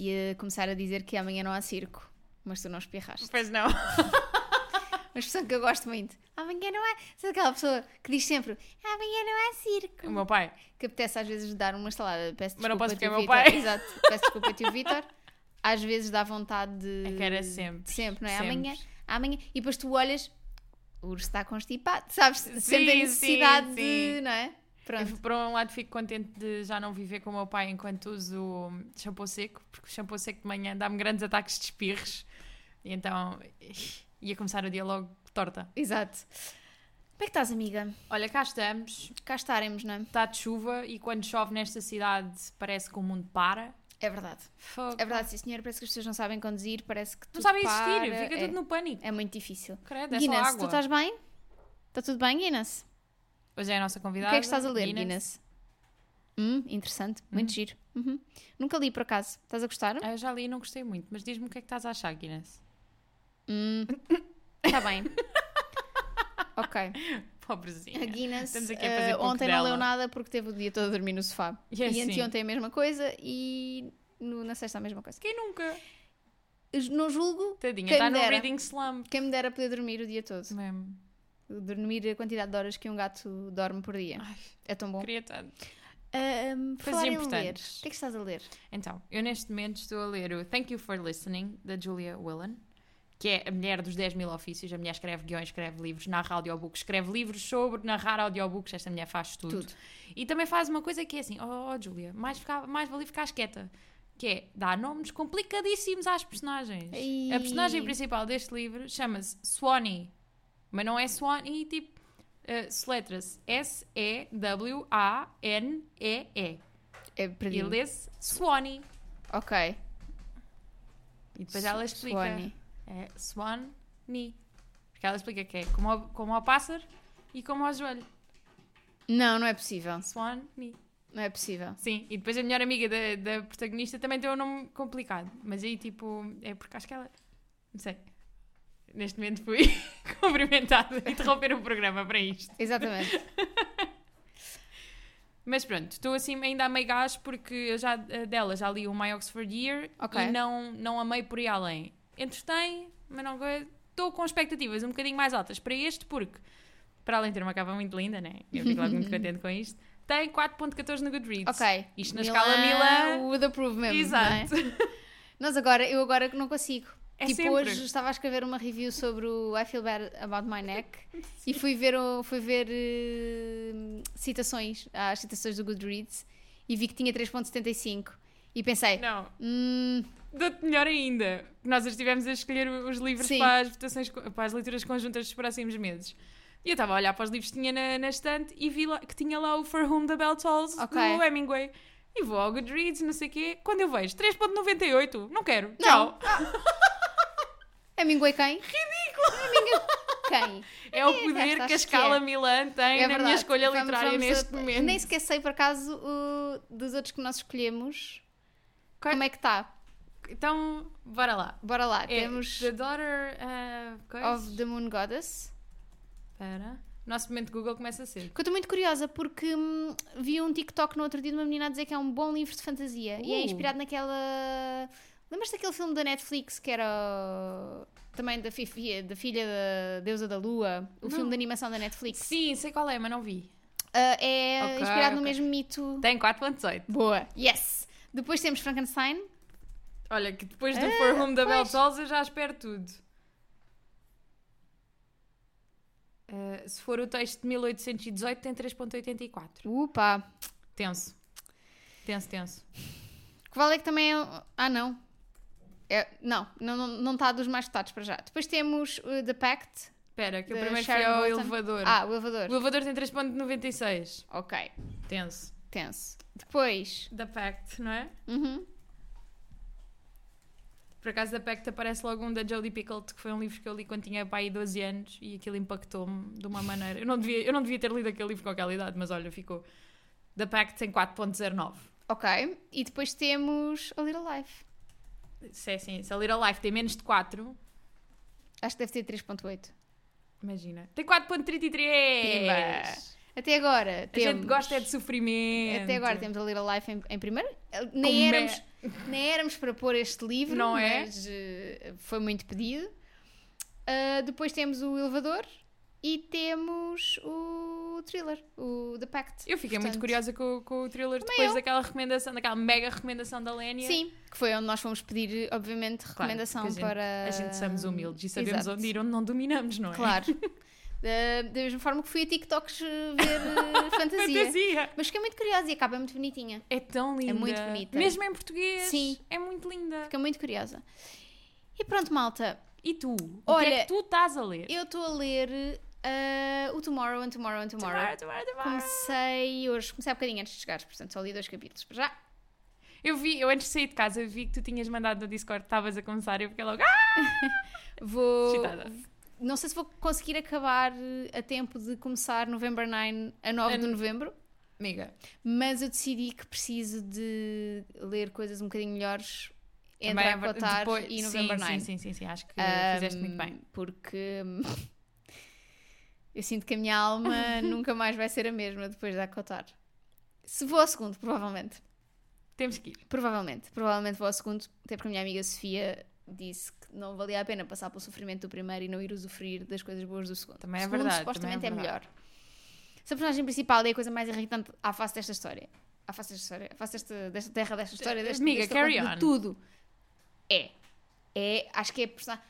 eh, começar a dizer que amanhã não há circo, mas tu não espirraste. Pois não. Uma expressão que eu gosto muito. Amanhã não há. Sabe aquela pessoa que diz sempre amanhã não há circo? O meu pai. Que apetece às vezes dar uma estalada. Peço desculpa, Mas não posso tio porque é meu Vítor. pai. Exato. Peço desculpa, tio Vitor. Às vezes dá vontade de. É que era sempre. Sempre, não é? Sempre. Amanhã, amanhã. E depois tu olhas, o urso está constipado, sabes? Sempre a sim, necessidade de. sim. Não é? Eu, Pronto. por um lado fico contente de já não viver com o meu pai enquanto uso shampoo seco, porque o shampoo seco de manhã dá-me grandes ataques de espirros. E então ia começar o dia logo torta. Exato. Como é que estás, amiga? Olha, cá estamos. Cá estaremos, não é? Está de chuva e quando chove nesta cidade parece que o mundo para. É verdade. Fogo. É verdade, sim, senhor. Parece que as pessoas não sabem conduzir, parece que tudo Não sabem para, existir, fica é, tudo no pânico. É muito difícil. Credo, é só Guinness, tu água. estás bem? Está tudo bem, Guinness? Hoje é a nossa O convidada. que é que estás a ler, Guinness. Guinness? Hum, interessante, muito giro. Uhum. Nunca li por acaso. Estás a gostar? Ah, eu já li e não gostei muito, mas diz-me o que é que estás a achar, Guinness. Hum. Está bem. ok. A Pobrezinha. Guinness Estamos aqui a fazer eh, pouco ontem não dela. leu nada porque teve o dia todo a dormir no sofá. E é e assim. anteontem a mesma coisa e no- na sexta a mesma coisa. Quem nunca? Não julgo, Tadinha, Quem me está no dera. reading slump. quem me dera poder dormir o dia todo. Mesmo. Dormir a quantidade de horas que um gato dorme por dia. Ai, É tão bom. queria tanto. Ahm, por Coisas falar em ler, o importantes. que é que estás a ler? Então, eu neste momento estou a ler o Thank You for Listening, da Julia Willan, que é a mulher dos 10 mil ofícios. A mulher escreve guiões, escreve livros, narra audiobooks, escreve livros sobre narrar audiobooks. Esta mulher faz tudo. Tudo. E também faz uma coisa que é assim: oh, oh Julia, mais, ficar, mais valia ficar quieta. Que é dar nomes complicadíssimos às personagens. Ei. A personagem principal deste livro chama-se Swanee, mas não é Swanee, tipo. Uh, Soletra-se S-E-W-A-N-E-E. É E perdi. lê-se Swanee. Ok. E depois ela explica. Swanee. É Swan-ni. Porque ela explica que é como ao, como ao pássaro e como ao joelho. Não, não é possível. Swan-ni. Não é possível. Sim, e depois a melhor amiga da, da protagonista também tem um nome complicado. Mas aí, tipo, é porque acho que ela. Não sei. Neste momento fui cumprimentada, interromper o programa para isto. Exatamente. Mas pronto, estou assim ainda a meio gás porque eu já eh, dela já li o My Oxford Year Ok. e não, não amei por aí além. Entretém, mas não go- estou com expectativas um bocadinho mais altas para este porque, para além de ter uma capa muito linda, né? Eu fico logo muito contente com isto, tem 4.14 no Goodreads. ok. Isto na escala Milan. Would approve mesmo. Exato. não é? Nós agora, eu agora que não consigo. É tipo, sempre. hoje estava a escrever uma review sobre o I Feel Bad About My Neck e fui ver, o- fui ver eh, citações, ah, as citações do Goodreads e vi que tinha 3.75 e pensei, Não, hum, dou-te melhor ainda. Nós estivemos a escolher os livros Sim. para as, votações, co- para as leituras conjuntas dos próximos meses. E eu estava a olhar para os livros que tinha na, na estante e vi lá- que tinha lá o For Whom the Bell Tolls Ok. do Hemingway. E vou ao Goodreads, não sei o quê. Quando eu vejo 3.98, não quero. Não. Tchau. Hemingway quem? Ridículo! Quem? É o É, poder esta que a acho que é. escala Milan tem na minha escolha Vamos- literária vamos a- neste momento. Nem sequer sei, por acaso, o- dos outros que nós escolhemos, Qual- como é que está. Então, bora lá. Bora lá, É, temos The Daughter ah, coisa. Of the Moon Goddess. Espera. Nosso momento Google começa a ser. Que eu estou muito curiosa porque hum, vi um TikTok no outro dia de uma menina a dizer que é um bom livro de fantasia e é Uh. inspirado naquela. Lembras daquele filme da Netflix que era o- também da, fi- da filha da deusa da lua? O filme de animação da Netflix. Sim, sei qual é, mas não vi. Ah, é Ok, inspirado no ok. mesmo mito. Tem 4.18. Boa, yes! Depois temos Frankenstein, Olha, que depois do For Whom da Bell pois. Tolls eu já espero tudo. Uh, se for o texto de 1818, tem 3.84. Upa! Tenso. Tenso, tenso. Que vale é que também é. Ah, não. É- não, não está não, tá dos mais votados para já. Depois temos uh, The Pact. Espera, que eu da primeiro fui Sharon ao Bolton. elevador. Ah, o elevador. O elevador tem 3.96. Ok, Tenso. tenso. Depois. Da Pact, não é? Uhum. Por acaso da Pact aparece logo um da Jodie Picoult, que foi um livro que eu li quando tinha pai 12 anos e aquilo impactou-me de uma maneira. Eu não, devia, eu não devia ter lido aquele livro com aquela idade, mas olha, ficou. Da Pact tem 4.09. Ok. E depois temos A Little Life. Se é assim, se a Little Life tem menos de 4, Acho que deve ter 3.8. imagina. Tem 4.33! Pimba! Até agora A gente gosta é de sofrimento. Até agora temos a Little Life em, em primeiro. Nem Como é? éramos, nem éramos para pôr este livro, Não é? mas eh, foi muito pedido. Ah, depois temos o Elevador e temos o thriller, o The Pact. Eu fiquei muito Portanto, curiosa com, com o thriller depois eu. daquela recomendação, daquela mega recomendação da Lénia. Sim, que foi onde nós fomos pedir, obviamente, recomendação porque a gente- para. A gente somos humildes e sabemos Exato. onde ir, onde não dominamos, não é? Claro. Ah, da mesma forma que fui a TikToks eh, ver eh, fantasia. Fantasia. Mas fiquei muito curiosa e a capa é muito bonitinha. É tão linda. muito bonita. Mesmo em português. Sim. É muito linda. Fiquei muito curiosa. E pronto, malta. E tu? o que é Olha, que tu estás a ler? Eu estou a ler eh, o Tomorrow and Tomorrow and Tomorrow. Tomorrow, tomorrow, tomorrow. Comecei hoje, comecei há bocadinho antes de chegares, portanto só li dois capítulos para já. Eu vi, eu antes de sair de casa, eu vi que tu tinhas mandado no Discord, que estavas a começar, eu fiquei logo, ah, Vou. excitada. Não sei se vou conseguir acabar eh, a tempo de começar November 9 a 9 de An- novembro, Amiga. mas eu decidi que preciso de ler coisas um bocadinho melhores entre Também é ver- Avatar depois- e November sim, é? 9. Sim, sim, sim, sim, acho que Ahm, fizeste muito bem. Porque hum, eu sinto que a minha alma nunca mais vai ser a mesma depois de acotar. Se vou ao segundo, provavelmente. Temos que ir. Provavelmente. Provavelmente vou ao segundo, até porque a minha amiga Sofia disse que não valia a pena passar pelo sofrimento do primeiro e não ir usufruir das coisas boas do segundo. Também é o segundo, verdade, supostamente também é é melhor. Se a personagem principal é a coisa mais irritante à face desta história, à face desta história, à face desta, desta terra, desta história, deste, Amiga, deste carry conto, on. de tudo, é. É, acho que é a personagem...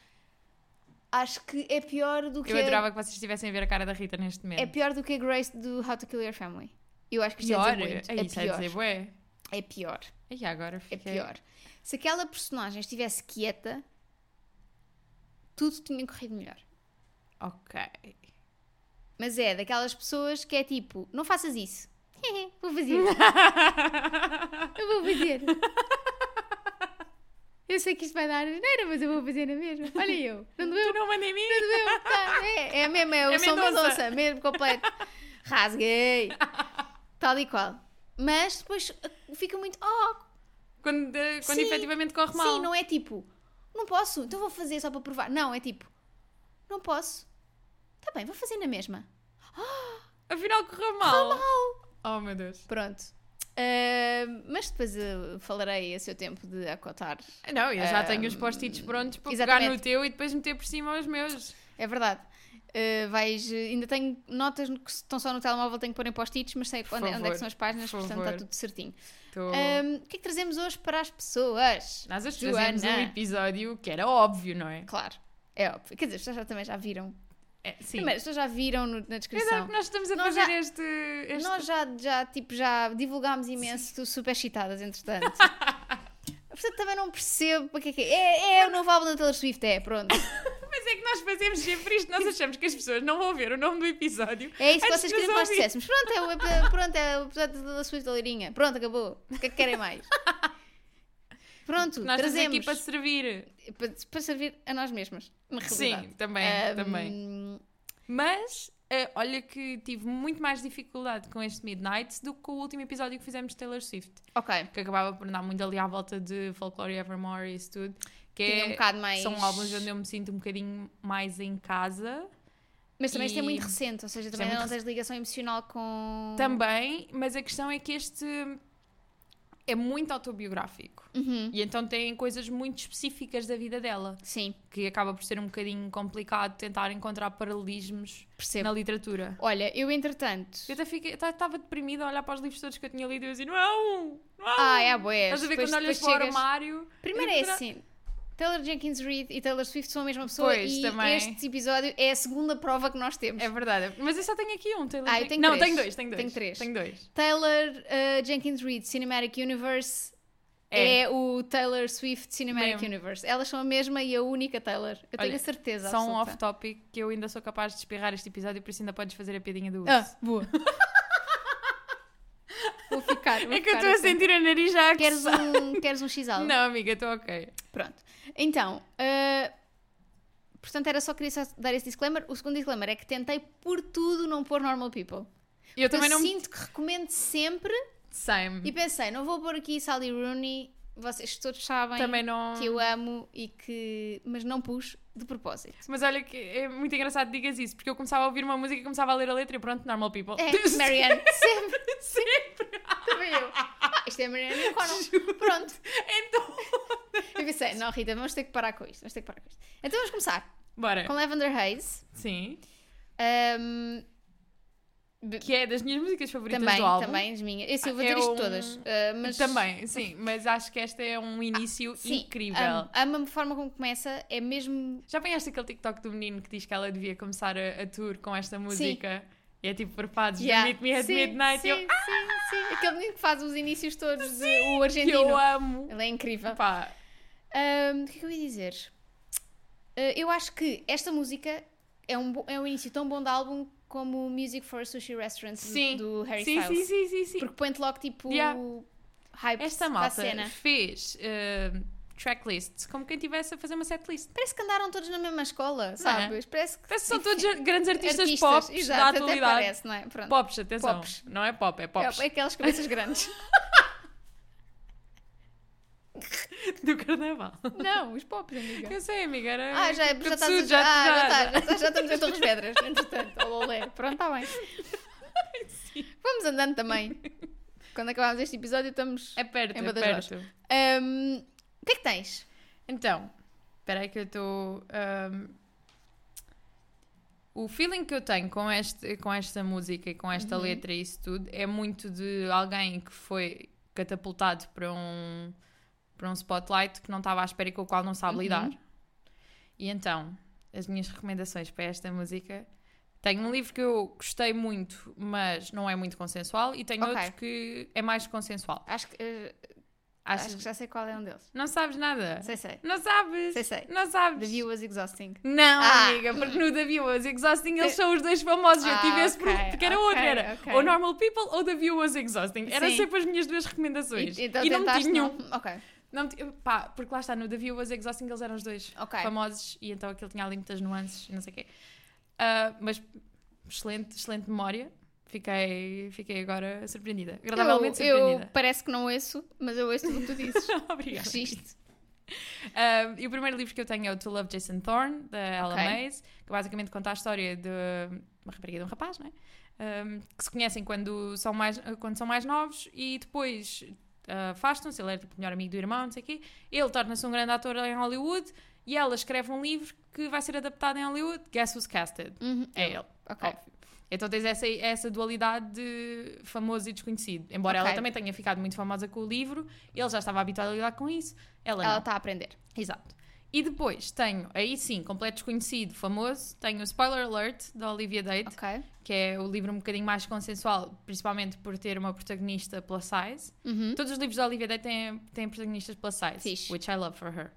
Acho que é pior do que Eu a- adorava que vocês estivessem a ver a cara da Rita neste momento. é pior do que a Grace do How to Kill Your Family. Eu acho que isto é pior. dizer muito. É isso, é é dizer, pior. bué. É pior. E agora É fiquei... pior. Se aquela personagem estivesse quieta, tudo tinha corrido melhor. Ok. Mas é daquelas pessoas que é tipo, não faças isso. vou fazer. Eu vou fazer. Eu sei que isto vai dar asneira, mas eu vou fazer na mesma. Olha eu. Não doeu, Tu não manda em mim? não doeu. Tá, é, é mesmo, é o É São Mendonça. Mendonça, mesmo completo. Rasguei. Tal e qual. Mas depois uh, fica muito, oh, Quando, eh, quando Sim. efetivamente corre mal. Sim, não é tipo, não posso, então vou fazer só para provar. Não, é tipo, não posso. Tá bem, vou fazer na mesma. Afinal correu mal. Oh meu Deus. Pronto. Ah, mas depois ah, falarei a seu tempo de acotar. Não, eu já Ahm, tenho os post-its prontos para pegar exatamente. no teu e depois meter por cima os meus. É verdade. Ah, vais, ainda tenho notas que estão só no telemóvel, tenho que pôr em post-its, mas sei Por onde, onde é favor, que são as páginas, por portanto favor. está tudo certinho. Tô- Ah, o que é que trazemos hoje para as pessoas? Nós hoje fizemos um Joana. episódio que era óbvio, não é? Claro, é óbvio. Quer dizer, as pessoas já, também já viram. É, sim. Primeiro, as pessoas já viram no- na descrição. Exato, nós estamos a Nós fazer já- este... este- Nós já, já, tipo, já divulgámos imenso, tu super excitadas, entretanto. Portanto, também não percebo para que é que é. É, é o novo álbum da Taylor Swift, é, pronto. Mas é que nós fazemos sempre isto. Nós achamos que as pessoas não vão ver o nome do episódio. É isso que antes vocês de queriam que nos nós ouvir. dissessemos. Pronto, é o ep- pronto, é o episódio da Taylor Swift da Leirinha. Pronto, acabou. O que é que querem mais? Pronto, Nós estamos Hum, trazemos aqui para servir. para... para servir a nós mesmas, na realidade. Sim, também, Ahm, também. Mas eh, olha que tive muito mais dificuldade com este Midnight do que com o último episódio que fizemos de Taylor Swift, Ok. que acabava por andar muito ali à volta de Folklore Evermore e isso tudo. Que Tinha é- um bocado mais- São álbuns onde eu me sinto um bocadinho mais em casa. Mas também isto é E- muito recente, ou seja, Isto é também ainda muito não tens ligação emocional com. Também, mas a questão é que este é muito autobiográfico. Uhum. E então tem coisas muito específicas da vida dela, Sim, que acaba por ser um bocadinho complicado tentar encontrar paralelismos percebo. na literatura. Olha, eu entretanto. Eu até fiquei- até estava deprimida a olhar para os livros todos que eu tinha lido e eu dizia: Não! Não! Ah, é, boé. um, Estás a ver quando olhas para o armário? Primeiro é assim. Taylor Jenkins Reid e Taylor Swift são a mesma pessoa Pois, e também. este episódio é a segunda prova que nós temos. É verdade. Mas eu só tenho aqui um. Taylor Ah, eu Jenkins. tenho Não, três. tenho dois, tenho dois. Tenho três. Tenho dois. Taylor uh, Jenkins Reid Cinematic Universe é, o Taylor Swift Cinematic Mesmo. Universe. Elas são a mesma e a única Taylor. Eu tenho Olha, a certeza. São absoluta. um off-topic que eu ainda sou capaz de espirrar este episódio, por isso ainda podes fazer a piadinha do urso. Ah, boa. vou ficar. vou é que eu ficar estou a atenta. sentir o nariz já a Queres coçar. um, queres um x Não, amiga, estou ok. Pronto. Então, uh, portanto, era só queria só dar esse disclaimer. O segundo disclaimer é que tentei por tudo não pôr normal people. Eu também não sinto que recomendo sempre Same. e pensei, não vou pôr aqui Sally Rooney vocês todos sabem Também não. que eu amo e que. Mas não pus de propósito. Mas olha que é muito engraçado que digas isso, porque eu começava a ouvir uma música e começava a ler a letra e pronto, normal people. É, Marianne, sempre, também eu. Ah, isto é Marianne O'Connell. Pronto. Então, Eu pensei, não, Rita, vamos ter que parar com isto, vamos ter que parar com isto. Então vamos começar bora. com Lavender Haze. Sim. Ahm, Que é das minhas músicas favoritas também, do álbum. também, as minhas. Esse eu vou Ah, dizer é isto um- todas. ah, mas Ah, Também, sim, mas acho que esta é um início Sim, um- incrível. amo. Amo a forma como começa, é mesmo. Já apanhaste aquele TikTok do menino que diz que ela devia começar a, a tour com esta música? E é tipo perfados, Yeah. yeah. Meet Me at Sim, Midnight. Sim, é? eu, "Ah!" sim, sim. Aquele menino que faz os inícios todos, de- o que argentino. eu amo. Ele é incrível. Pá, Ahm, o que é que eu ia dizer? Ah, eu acho que esta música é um, bo- é um início tão bom de álbum como o Music for a Sushi Restaurant do- Sim. do Harry sim, Styles. sim, sim, sim, sim. Porque põe-te logo tipo Yeah. hype para Esta a malta é cena. fez eh, tracklists como quem estivesse a fazer uma setlist. Parece que andaram todos na mesma é? escola, sabes? Parece que Parece que são todos grandes artistas, artistas, pop exato, da até atualidade. parece, não é? Pronto. Pops, atenção. Pops. Não é pop, é pops. É, é aquelas cabeças grandes. é Do carnaval. não, os pops, amiga. Eu sei, amiga. Era Ah, já, já estás a... já, ah, já, já, tá, já, tá- já estamos em Torres Vedras, entretanto. Ololé. Pronto, está bem. Vamos andando também. Quando acabarmos este episódio, estamos. É perto, Em é Badajoz. perto. Ahm, o que é que tens? Então, espera aí que eu estou. o feeling que eu tenho com, este, com esta música e com Uhum. esta letra e isso tudo é muito de alguém que foi catapultado para um, para um spotlight que não estava à espera e com o qual não sabe Uhum. lidar. E então, as minhas recomendações para esta música. Tenho um livro que eu gostei muito, mas não é muito consensual, e tenho Ok. outro que é mais consensual. Acho que, eh, Achas- acho que já sei qual é um deles. Não sabes nada? Sei, sei. Não sabes? Sei, sei. Não É. sabes? The View was exhausting. Não, Ah. Eh, amiga, porque no The Viewers Exhausting eles são os dois famosos. Ah, eu tive esse ok, porque era ok, outro. Era ok. ou Normal People ou The Viewers Exhausting. Eram Sim. sempre as minhas duas recomendações. E, então não meti tentaste nenhum. não- Ok, Não meti- pá, porque lá está, no The Viewers Exhausting eles eram os dois ok. famosos e então aquilo tinha ali muitas nuances e não sei o quê. Ah, mas excelente, excelente memória. Fiquei, fiquei agora surpreendida. Agradavelmente eu, eu surpreendida. parece que não ouço, mas eu ouço tudo o que tu dizes. Obrigada. Registe. Ah, e o primeiro livro que eu tenho é o To Love Jason Thorne, da Ella Ok. Mays, que basicamente conta a história de uma rapariga e de um rapaz, não é? Ah, que se conhecem quando são mais, quando são mais novos e depois ah, afastam-se. Ele era tipo, o melhor amigo do irmão, não sei o quê. Ele torna-se um grande ator em Hollywood e ela escreve um livro que vai ser adaptado em Hollywood. Guess Who's Casted? Uhum. É ele. Ok. Óbvio. Então tens essa, essa dualidade de famoso e desconhecido. Embora Ok. ela também tenha ficado muito famosa com o livro, ele já estava habituado a lidar com isso. Ela, não. Ela está a aprender. Exato. E depois tenho, aí sim, completo desconhecido, famoso, tenho o Spoiler Alert, da Olivia Dade, Ok. que é o livro um bocadinho mais consensual, principalmente por ter uma protagonista plus size. Uhum. Todos os livros da Olivia Dade têm, têm protagonistas plus size, Fixe. which I love for her.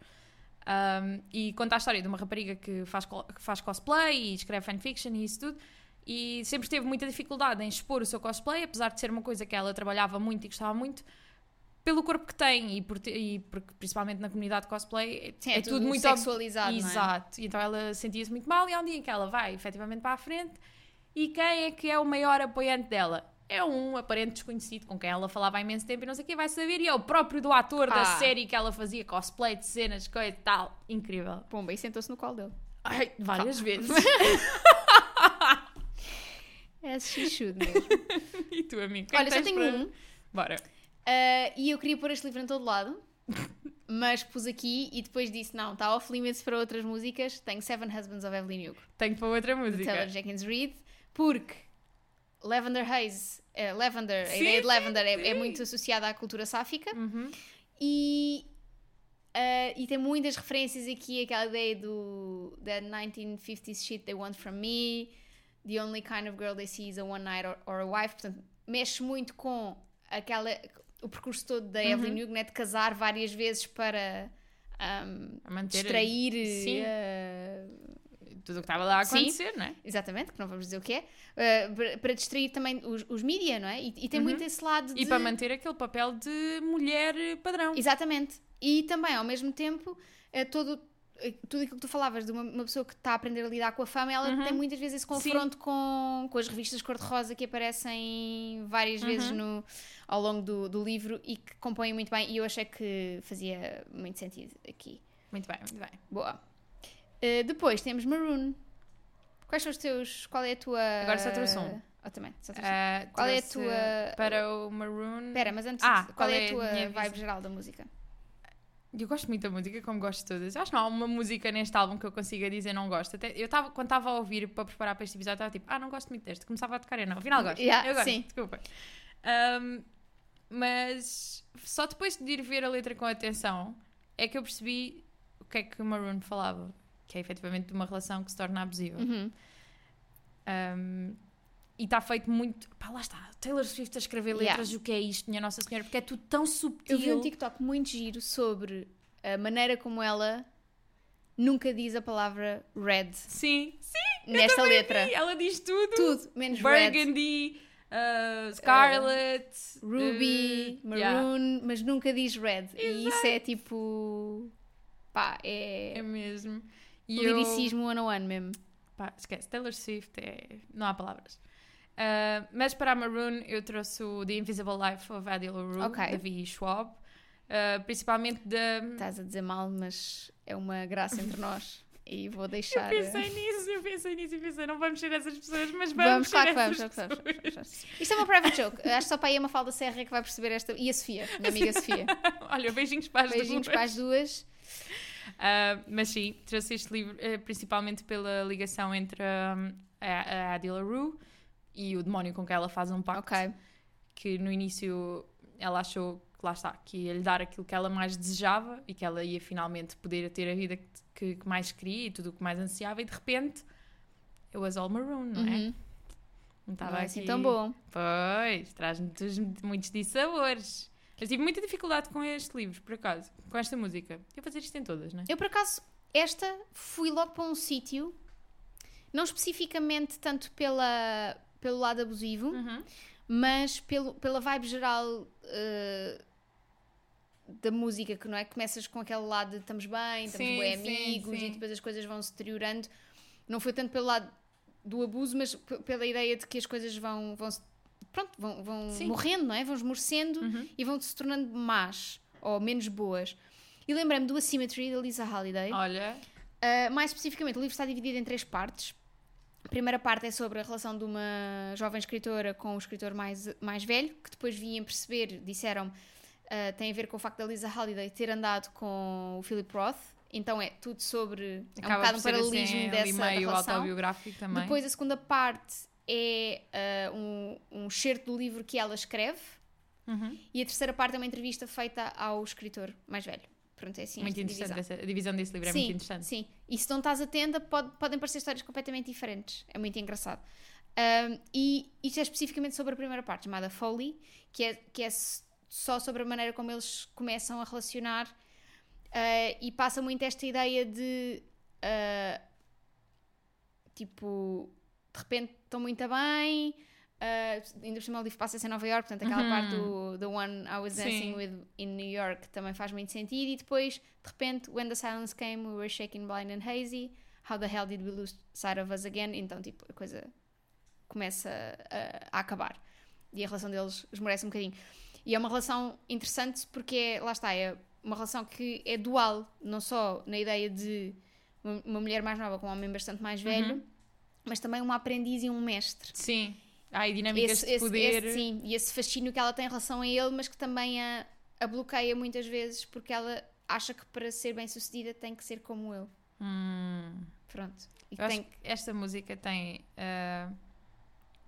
Um, e conta a história de uma rapariga que faz, co- que faz cosplay e escreve fanfiction e isso tudo. E sempre teve muita dificuldade em expor o seu cosplay, apesar de ser uma coisa que ela trabalhava muito e gostava muito, pelo corpo que tem e, por te- e porque, principalmente na comunidade cosplay, Sim, um é, tudo, muito ob- sexualizado, não é? Exato. E Então ela sentia-se muito mal e há um dia em que ela vai efetivamente para a frente e quem é que é o maior apoiante dela? É um aparente desconhecido com quem ela falava há imenso tempo e não sei quem vai saber e é o próprio do ator da Ah. série que ela fazia cosplay de cenas, coisa e tal. Incrível. Tá. Pumba, e sentou-se no colo dele. Ai, várias vezes. É xixudo mesmo. e tu, amigo? Olha, só tenho um. Bora. Ah, e eu queria pôr este livro em todo lado, mas pus aqui e depois disse: não, tá está off limits para outras músicas. Tenho Seven Husbands of Evelyn Hugo, Tenho para outra de música. Taylor Jenkins Reid, porque Lavender Haze, eh, Lavender, a Sim, ideia de sim, Lavender é, é sim. muito associada à cultura sáfica Uhum. e. ah, e tem muitas referências aqui, aquela ideia do that 1950s shit they want from me, the only kind of girl they see is a one night or, or a wife. Portanto, mexe muito com aquela, o percurso todo da Uhum. Evelyn Hugo, né, de casar várias vezes para ahm, A manter distrair. Sim. eh, tudo o que estava lá a Sim. acontecer, não é? exatamente, que não vamos dizer o que é, eh, para- para distrair também os, os mídia, não é? E, e tem Uhum. muito esse lado de. E para manter aquele papel de mulher padrão. Exatamente. E também, ao mesmo tempo, eh, todo tudo aquilo que tu falavas de uma, uma pessoa que está a aprender a lidar com a fama, ela Uhum. tem muitas vezes esse confronto com, com as revistas cor-de-rosa que aparecem Uhum. várias vezes no, ao longo do, do livro e que compõem muito bem. E eu achei que fazia muito sentido aqui. Muito bem, muito bem. Boa. Eh, depois temos Maroon. Quais são os teus. Qual é a tua. Agora só trouxe um. Ah, também. Só trouxe um. Ah, Qual é a trouxe tua- Para o Maroon. Espera, mas antes, Ah, disso, qual, qual é é a a tua minha vibe visão? geral da música? Eu gosto muito da música, como gosto de todas. Acho que não há uma música neste álbum que eu consiga dizer não gosto. Até, eu estava, quando estava a ouvir para preparar para este episódio, estava tipo, ah, não gosto muito deste. Começava a tocar eu não. Afinal, gosto. Yeah, eu gosto, sim. desculpa. Ahm, mas só depois de ir ver a letra com atenção é que eu percebi o que é que o Maroon falava. Que é efetivamente de uma relação que se torna abusiva. Uhum. Um, e está feito muito. Pá, lá está. Taylor Swift a escrever Yeah. letras, o que é isto, minha Nossa Senhora, porque é tudo tão subtil. Eu vi um TikTok muito giro sobre a maneira como ela nunca diz a palavra red Sim, sim, nesta letra. ela diz tudo. Tudo, menos red. Burgundy, uh, Scarlet, Ruby, uh, maroon, yeah. mas nunca diz red. E isso é tipo. pá, é. É mesmo. E eu- liricismo one-on-one mesmo. Pá, esquece, Taylor Swift é. Não há palavras. Uh, mas para a Maroon eu trouxe o The Invisible Life of Adil Rue, Ok. da V. Schwab, uh, principalmente da. Estás a dizer mal, mas é uma graça entre nós. E vou Eu deixar. eh, pensei nisso, eu pensei nisso, eu pensei, não vamos ser essas pessoas, mas Vamos, vamos, ser claro que vamos, essas claro que vamos, pessoas. claro que vamos. Isto é uma private joke. Acho que só para aí a Mafalda Serra é que vai perceber esta. E a Sofia, minha amiga Sofia. Olha, beijinhos para as Beijinhos duas. para as duas. Ah, mas sim, trouxe este livro eh, principalmente pela ligação entre hum, a, a Adila Rue e o demónio com que ela faz um pacto. Ok. Que no início ela achou que lá está, que ia lhe dar aquilo que ela mais desejava e que ela ia finalmente poder ter a vida que, que- que mais queria e tudo o que mais ansiava, e de repente it was all maroon, não é? Tá Uhum. Não estava Não é aqui. assim tão bom. Pois, traz-nos muitos dissabores. Eu tive muita dificuldade com este livro, por acaso, com esta música. Eu vou fazer isto em todas, não é? Eu, por acaso, esta fui logo para um sítio, não especificamente tanto pela, pelo lado abusivo, Uhum. mas pelo, pela vibe geral eh, da música, que não é? Começas com aquele lado de estamos bem, estamos Sim, bem sim, amigos sim. e depois as coisas vão se deteriorando. Não foi tanto pelo lado do abuso, mas p- pela ideia de que as coisas vão, vão se- pronto, vão, vão Sim. Uhum. morrendo, não é? Vão esmorecendo e vão se tornando más ou menos boas. E lembrei-me do Asymmetry da Lisa Halliday. Olha, Uh, mais especificamente, o livro está dividido em três partes. A primeira parte é sobre a relação de uma jovem escritora com um escritor mais, mais velho, que depois vim perceber, disseram-me, uh, tem a ver com o facto da Lisa Halliday ter andado com o Philip Roth. Então é tudo sobre. É um acaba bocado um por ser assim, paralelismo ali dessa meio relação. autobiográfico também. Depois a segunda parte é uh, um, um certo do livro que ela escreve. Uhum. E a terceira parte é uma entrevista feita ao escritor mais velho. Pronto, é assim. muito esta divisão. interessante, essa, a divisão desse livro é muito interessante. Sim, e se não estás atenta, pode- podem parecer histórias completamente diferentes. É muito engraçado. Ahm, e isto é especificamente sobre a primeira parte, chamada Foley, que é, que é s- só sobre a maneira como eles começam a relacionar ah, e passa muito esta ideia de ah, tipo, de repente estão muito bem. ah, ainda por cima o livro passa-se em Nova York, portanto aquela Uhum. parte do The One I Was Dancing Sim. With in New York também faz muito sentido e depois de repente When the Silence Came We Were Shaking Blind and Hazy How the Hell Did We Lose Sight of Us Again então tipo a coisa começa a, a acabar e a relação deles esmorece um bocadinho e é uma relação interessante porque é, lá está, é uma relação que é dual, não só na ideia de uma, uma mulher mais nova com um homem bastante mais velho, mas também uma aprendiz e um mestre. Sim. Há aí dinâmicas de poder. esse- sim, e esse fascínio que ela tem em relação a ele, mas que também a, a bloqueia muitas vezes porque ela acha que para ser bem sucedida tem que ser como ele. Hum. Pronto. E Eu tem acho que esta música tem. ah,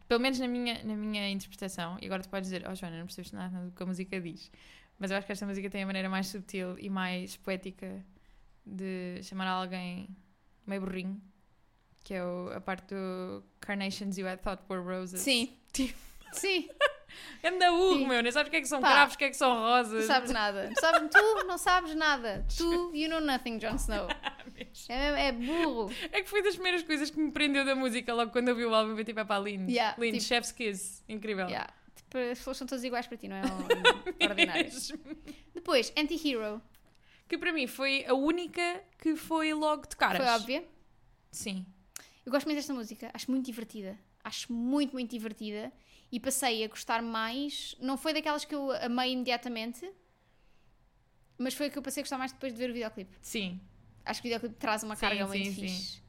pelo menos na minha, na minha interpretação, e agora tu podes dizer, oh Joana, não percebes nada do que a música diz. Mas eu acho que esta música tem a maneira mais subtil e mais poética de chamar alguém meio burrinho, que é o- a parte do Carnations You Had Thought Were Roses. Sim. Tipo- Sim, Anda urro, Sim. meu, nem sabes o que é que são Pá. cravos, o que é que são não rosas. sabes nada. Não sabes, tu não sabes nada. Tu, you know nothing, Jon Snow. Ah, É, é burro. É que foi das primeiras coisas que me prendeu da música logo quando eu vi o álbum. Eu tipo, é pá, lindo. Yeah, lindo, tipo- Chef's Kiss. Incrível. Yeah. Tipo, as pessoas são todas iguais para ti, não é? Um- Ordinárias. Depois, é anti-hero. que para mim foi a única que foi logo de caras. Foi óbvia. Sim. Eu gosto muito desta música, acho muito divertida. Acho muito, muito divertida. E passei a gostar mais. Não foi daquelas que eu amei imediatamente, mas foi a que eu passei a gostar mais depois de ver o videoclipe. Sim. Acho que o videoclipe traz uma Sim, carga sim, muito sim. fixe.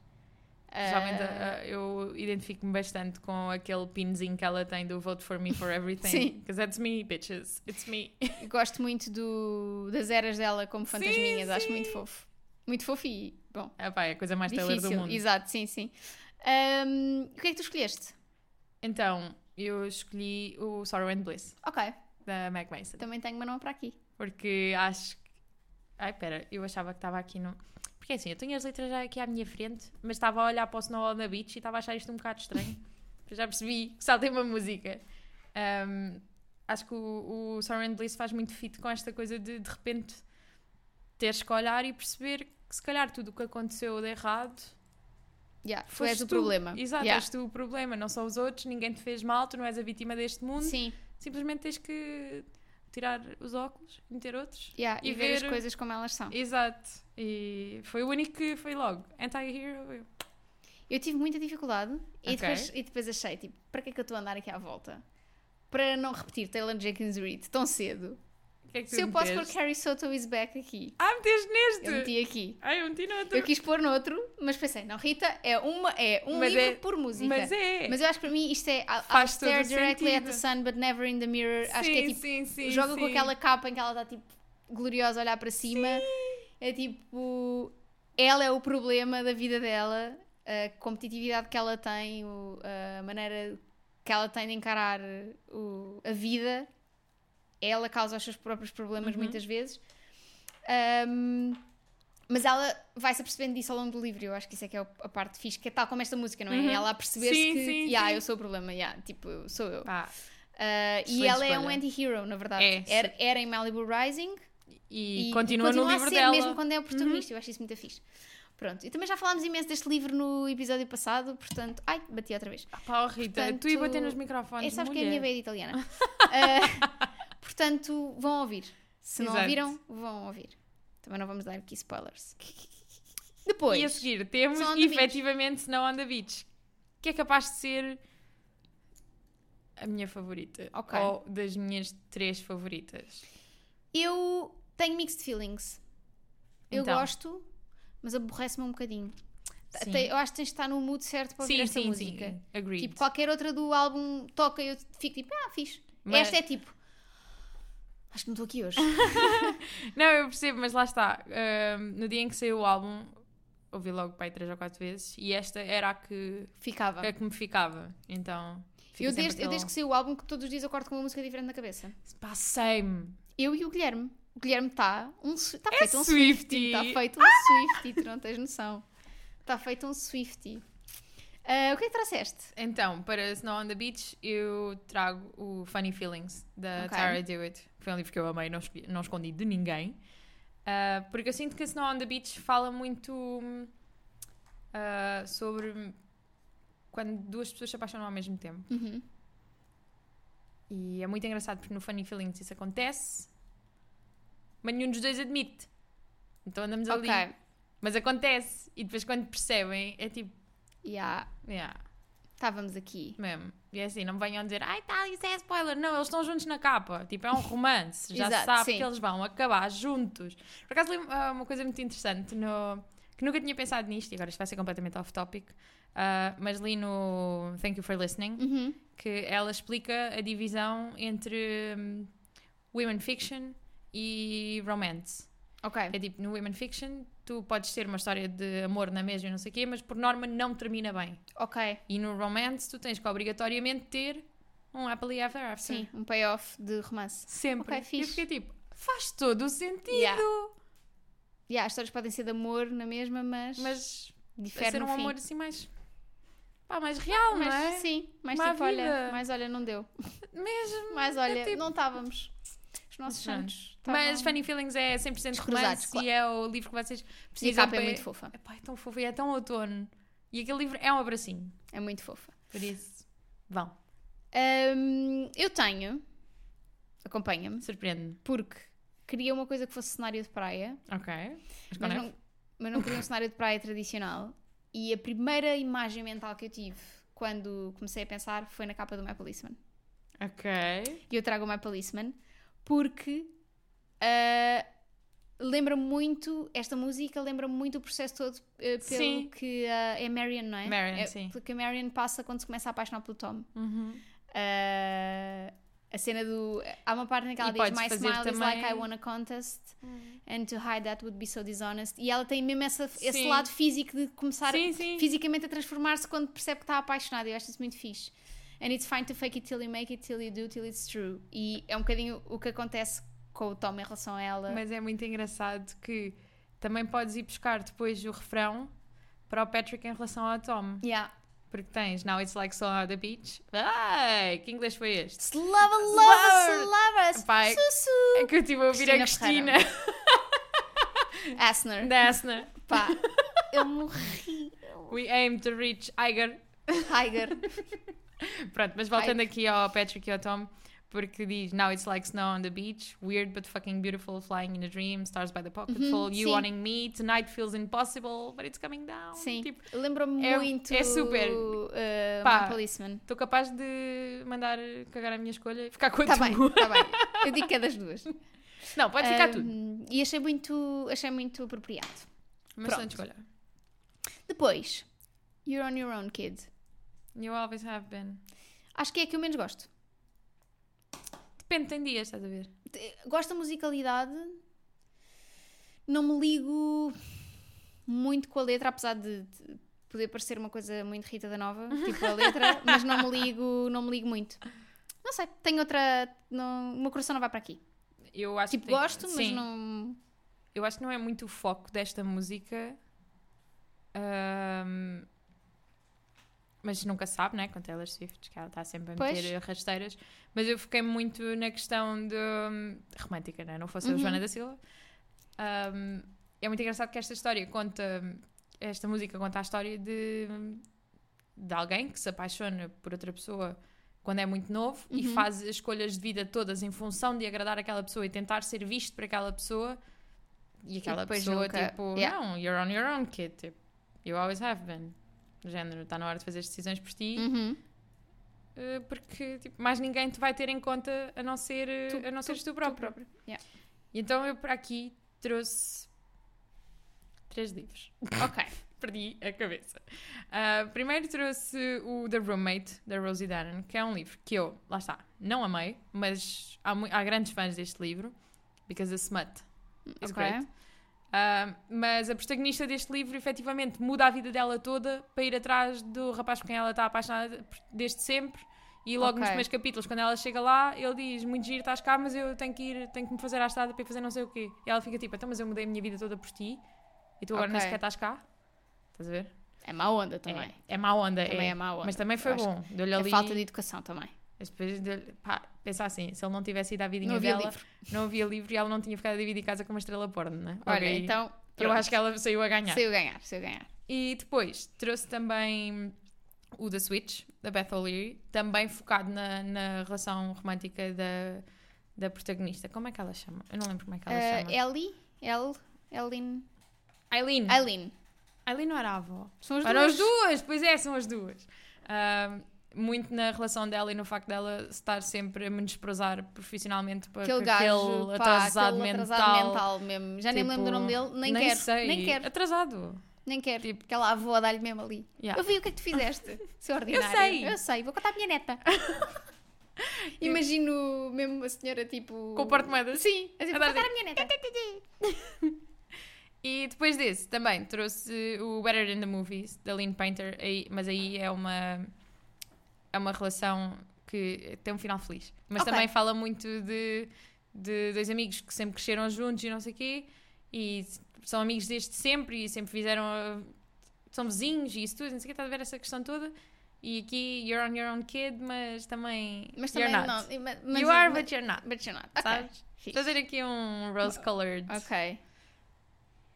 Ah, Especialmente Eh, a- a- eh, eu identifico-me bastante com aquele pinzinho que ela tem do Vote for Me for Everything. Sim. Because that's me, bitches. It's me. Eu Gosto muito do- das eras dela como fantasminhas, acho sim. muito fofo. Muito fofo e, bom, Ah, pá, é a coisa mais Taylor do difícil. mundo. Exato, sim, sim. Ahm, o que é que tu escolheste? Então, eu escolhi o Sorrow and Bliss, Ok, da Meg Mason. também tenho uma não para aqui. Porque acho que. Ai, pera, eu achava que estava aqui no. Porque assim, eu tenho as letras já aqui à minha frente, mas estava a olhar para o Snow on the Beach e estava a achar isto um bocado estranho. Mas já percebi que saltei uma música. Ahm, acho que o, o Sorry and Bliss faz muito fit com esta coisa de de repente teres que olhar e perceber que se calhar tudo o que aconteceu de errado Yeah, tu foste és o problema. Exato, Yeah. és tu o problema, não são os outros, ninguém te fez mal, tu não és a vítima deste mundo. Sim, Simplesmente tens que tirar os óculos, meter outros yeah, e, E ver, ver- as coisas como elas são. Exato. E foi o único que foi logo. Anti-hero. eu. Eu tive muita dificuldade Ok. e, depois, e depois achei, tipo, para que é que eu estou a andar aqui à volta? Para não repetir Taylor Jenkins Reid tão cedo. O que é que tu Se eu posso pôr meteste? Carrie Soto is back aqui, Ah, meteste neste! eu meti aqui. Ai, eu meti no outro. Eu quis pôr noutro, mas pensei, não, Rita, é, uma, é um Mas livro é- por música. Mas é. Mas eu acho que para mim isto é I'll, I'll Faz todo stare o directly at the sentido. sun, but never in the mirror. acho que é tipo, sim, sim, joga com sim. aquela capa em que ela está tipo gloriosa a olhar para cima. É tipo, ela é o problema da vida dela, a competitividade que ela tem, o- a maneira que ela tem de encarar o- a vida. Ela causa os seus próprios problemas Uhum. muitas vezes. Ahm, mas ela vai-se apercebendo disso ao longo do livro. Eu acho que isso é que é o- a parte fixe, que é tal como esta música, não é? Uhum. Ela a perceber-se Sim, que, sim, "Yeah, sim. eu sou o problema, yeah, tipo, eu- sou eu. Pá, Uh, e Excelente ela é um escolha. anti-hero, na verdade. É, era, era em Malibu Rising E, continua, no livro a ser, dela. Uhum. mesmo quando é o protagonista. Eu acho isso muito fixe. Pronto, e também já falámos imenso deste livro no episódio passado, portanto. Ai, bati outra vez. Ah, Pá, oh, Rita, tu Portanto, ia bater nos microfones. É, sabes que é mulher. a minha veia italiana. Uh, portanto, vão ouvir. Se não Exato. ouviram, vão ouvir. Também não vamos dar aqui spoilers. Depois. E a seguir temos Snow on the Beach. efetivamente Snow on the Beach, que é capaz de ser a minha favorita. Ok. Ou das minhas três favoritas. Eu tenho mixed feelings. Eu Então. gosto, mas aborrece-me um bocadinho. Sim. Te- Eu acho que tens de estar no mood certo para ouvir sim, esta sim, música. sim. Agreed. Tipo, qualquer outra do álbum toca e eu fico tipo, ah, fixe. Mas- Esta é tipo, acho que não estou aqui hoje. Não, eu percebo, mas lá está. Ahm, no dia em que saiu o álbum, ouvi logo pai três ou quatro vezes e esta era a que, Ficava. a que me ficava. Então, É, fica eu, sempre desde, eu aquela- desde que saiu o álbum que todos os dias acordo com uma música diferente na cabeça. Pá, same. Eu e o Guilherme. O Guilherme está um, su- É tá feito um Swifty. Está feito Ah! um Swifty, tu não tens noção. Está feito um Swifty. Ah, o que é que trouxeste? Então, para Snow on the Beach, eu trago o Funny Feelings, da Ok. Tara Dewitt. Foi um livro que eu amei, não, escolhi- não escondi de ninguém. Ah, porque eu sinto que a Snow on the Beach fala muito hum, ah, sobre quando duas pessoas se apaixonam ao mesmo tempo. Uhum. E é muito engraçado porque no Funny Feelings isso acontece, mas nenhum dos dois admite. Então andamos Ok. ali. Mas acontece. E depois quando percebem, é tipo, Yeah, yeah, estávamos aqui. mesmo. E é assim, não venham dizer, ai tal, isso é spoiler. Não, eles estão juntos na capa. Tipo, é um romance. Já se Exato, sabe sim. que eles vão acabar juntos. Por acaso, lembro- ah, uma coisa muito interessante no- que nunca tinha pensado nisto, e agora isto vai ser completamente off-topic, ah, mas li no Thank You for Listening Uhum. que ela explica a divisão entre hum, women fiction e romance. Ok. É tipo, no women fiction, tu podes ter uma história de amor na mesma e não sei o quê, mas por norma não termina bem. Ok. E no romance, tu tens que obrigatoriamente ter um happily ever after. Sim, um payoff de romance. Sempre. Ok, fixe. E eu fiquei tipo, faz todo o sentido, Yeah. Yeah, as histórias podem ser de amor na mesma, mas, mas difere vai ser no um fim. amor assim mais. Pá, mais real, Mas não é? sim, mas Má tipo, olha, vida. mas olha, não deu. Mesmo. Mas olha, tipo- não estávamos. Os nossos Não. santos. Mas estavam- Funny Feelings é 100% Descruzados, romance claro. e é o livro que vocês e a precisam capa é para- muito fofa. Epá, é tão fofo e é tão outono. E aquele livro é um abracinho. É muito fofa. Por isso, vão. Hum, eu tenho. Acompanha-me. Surpreende-me. Porque queria uma coisa que fosse cenário de praia, Ok. Mas mas quando é? não, mas não queria um cenário de praia tradicional. E a primeira imagem mental que eu tive quando comecei a pensar foi na capa do My Policeman. Ok. E eu trago o My Policeman porque ah, lembra-me muito, esta música lembra-me muito o processo todo eh, pelo Sim. que ah, é Marion, não é? Marion, é, sim. Pelo que a Marion passa quando se começa a apaixonar pelo Tom. Uhum. Ah, a cena do. Há uma parte em que ela E diz: podes My fazer smile is também- like I won a contest, and to hide that would be so dishonest. E ela tem mesmo essa, esse Sim. lado físico de começar Sim, sim. fisicamente a transformar-se quando percebe que está apaixonada. Eu acho isso muito fixe. And it's fine to fake it till you make it, till you do, till it's true. E é um bocadinho o que acontece com o Tom em relação a ela. Mas é muito engraçado que também podes ir buscar depois o refrão para o Patrick em relação ao Tom. Yeah. Porque tens Now It's Like Song on the Beach. Ai, que inglês foi este? Slava, lava, slava, Pai, sussu. é que eu estive a ouvir a Cristina Cristina Asner. da Asna. Pá, eu morri. We aim to reach Iger. Tiger. Pronto, mas voltando aqui ao Patrick e ao Tom, porque diz Now it's like snow on the beach, weird but fucking beautiful, flying in a dream, stars by the pocketful, you Uhum, sim. wanting me, tonight feels impossible, but it's coming down. Sim, Tipo, lembra-me é- muito. é super. eh, Pá. My Policeman. estou capaz de mandar cagar a minha escolha e ficar com a Está tua. Tá bem, está bem. Eu digo que é das duas. Não, pode ficar tudo. Ahm, E achei muito, achei muito apropriado. Mas pronto. pronto. escolha. Depois, You're on Your Own Kid. You always have been. Acho que é a que eu menos gosto. Depende, tem dias, estás a ver? Te- Gosto da musicalidade, não me ligo muito com a letra, apesar de, de poder parecer uma coisa muito Rita da Nova, tipo a letra, mas não me ligo, não me ligo muito. Não sei, tenho outra. Não, o meu coração não vai para aqui. Eu acho Tipo, que tem- gosto, mas Sim. não. Eu acho que não é muito o foco desta música. Ahm, mas nunca se sabe, né? Com Taylor Swift, que ela está sempre a meter Pois. rasteiras. Mas eu fiquei muito na questão de. hum, romântica, né? Não fosse a Uhum. Joana da Silva. Ahm, é muito engraçado que esta história conta. Esta música conta a história de. hum, de alguém que se apaixona por outra pessoa quando é muito novo e Uhum. faz as escolhas de vida todas em função de agradar aquela pessoa e tentar ser visto por aquela pessoa e aquela depois pessoa nunca- tipo, Yeah. não, you're on your own kid, tipo, you always have been. Do Género, está na hora de fazer as decisões por ti, Uhum. eh, porque tipo, mais ninguém te vai ter em conta a não ser eh, Tu- a não seres tu próprio. Yeah. E Então eu para aqui trouxe três livros. Ok. Perdi a cabeça. Ah, primeiro trouxe o The Roommate, da Rosie Dannon, que é um livro que eu, lá está, não amei, mas há, mu- há grandes fãs deste livro, because the smut is Ok. é great. Ah, mas a protagonista deste livro efetivamente muda a vida dela toda para ir atrás do rapaz por quem ela está apaixonada por- desde sempre. E logo Ok. nos primeiros capítulos, quando ela chega lá, ele diz: Muito giro, estás cá, mas eu tenho que ir, tenho que me fazer à estrada para ir fazer não sei o quê. E ela fica tipo: Então, mas eu mudei a minha vida toda por ti e tu agora nem Ok. sequer estás cá. Estás a ver? É má onda também. É, é má onda. Também é, é. má onda. Mas também foi Eu acho bom. Deu-lhe que ali. É falta de educação também. Depois deu-lhe- pá, pensar assim: se ele não tivesse ido à vidinha Não havia dela, livro. não havia livro e ela não tinha ficado a dividir casa com uma estrela porno, né? Olha, Ok. então. Eu acho que ela saiu a ganhar. Saiu ganhar, saiu ganhar. E depois trouxe também o The Switch, da Beth O'Leary, também focado na, na relação romântica da, da protagonista. Como é que ela chama? Eu não lembro como é que ela Ah, chama. Hum. Ellie, El, Elin, Aileen. Eileen. Aileen não era a avó. São as Eram as duas. duas, pois é, são as duas. Ah, muito na relação dela e no facto dela estar sempre a menosprezar profissionalmente para Aquele que gajo, aquele pá, atrasado, aquele mental, atrasado mental mesmo. Já nem me lembro do tipo, nome dele, nem, quero. sei, Nem quero, Atrasado. nem quero. tipo- Aquela avó a dar-lhe mesmo ali. Yeah. Eu vi o que é que tu fizeste, seu ordinário. sei. Eu sei, vou contar à minha neta. Imagino mesmo a senhora tipo. Com o porto-moedas. Sim. assim, vou contar à minha neta. E depois desse também trouxe o Better Than The Movies, da Lynn Painter, aí- mas aí é uma, é uma relação que tem um final feliz. Mas Ok. também fala muito de, de dois amigos que sempre cresceram juntos e não sei o quê, e são amigos desde sempre e sempre fizeram... a- São vizinhos e isso tudo, não sei o quê, está a ver essa questão toda. E aqui, you're on your own kid, mas também... Mas também you're not. não. mas- mas- you are, mas- but you're not. but you're not. Ok. Sabes? Fixe. Fazer aqui um rose-colored... Ok.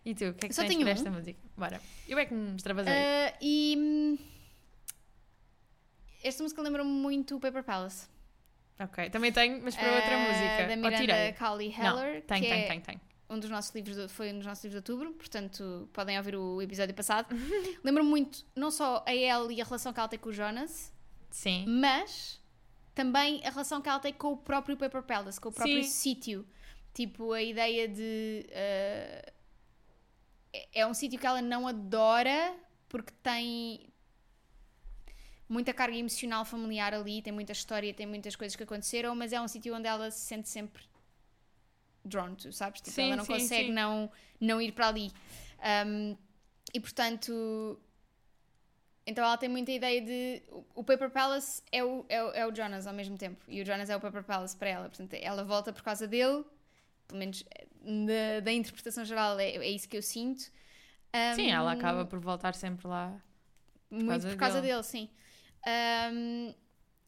E tu, o que é que Só tens tenho para um. esta música? Bora. Eu é que me extravasei. Ah, e. hum, Esta música lembra-me muito o Paper Palace. Ok, também tenho, mas para outra Ah, música. Da Ou Miranda tirei. Cowley Não, Heller. tenho, que tenho, é tenho, tenho. um dos nossos livros de- foi um dos nossos livros de outubro, portanto podem ouvir o episódio passado. Lembro-me muito, não só a Elle e a relação que ela tem com o Jonas, Sim. mas também a relação que ela tem com o próprio Paper Palace, com o próprio Sim. sítio. Tipo, a ideia de. ah, é- é um sítio que ela não adora porque tem muita carga emocional familiar ali, tem muita história, tem muitas coisas que aconteceram, mas é um sítio onde ela se sente sempre drawn to, sabes? Tipo, Sim, ela não sim, consegue sim. Não, não ir para ali. Um, e portanto. Então ela tem muita ideia de. o- O Paper Palace é o, é, o, é o Jonas ao mesmo tempo. E o Jonas é o Paper Palace para ela. Portanto, ela volta por causa dele. Pelo menos eh, na- da interpretação geral é, é isso que eu sinto. Um, Sim, ela acaba por voltar sempre lá. muito causa por causa dele. dele, sim. Um,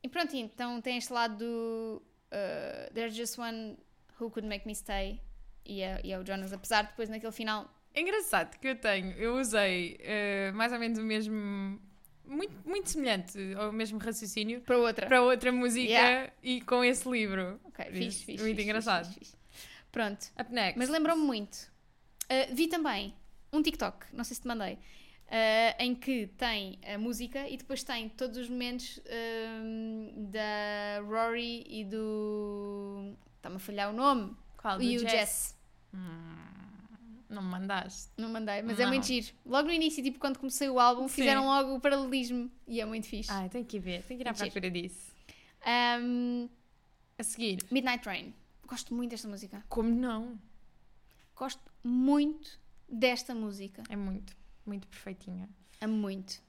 e pronto, então tem este lado do uh, There's Just One Who Could Make Me Stay e é, e é o Jonas, apesar de depois naquele final. É engraçado que eu tenho, eu usei eh, mais ou menos o mesmo, muito, muito semelhante ao mesmo raciocínio Para outra. para outra música Yeah. e com esse livro. Ok, Por fixe, isso, fixe. muito fixe, engraçado. fixe, fixe, fixe. Pronto, Up next. mas lembrou-me muito. Uh, vi também um TikTok, não sei se te mandei, uh, em que tem a música e depois tem todos os momentos um, da Rory e do. Está-me a falhar o nome. Qual Ah, do e o Jess? Jess. Não me mandaste. Não mandei, mas é Não. muito giro. Logo no início, tipo quando comecei o álbum, Sim. fizeram logo o paralelismo e é muito fixe. Ai, tenho que ir ver, tenho que ir à Mentira. procura disso. Um, A seguir. Midnight Rain. Gosto muito desta música. Como não? Gosto muito desta música. É muito, muito perfeitinha. Amo muito.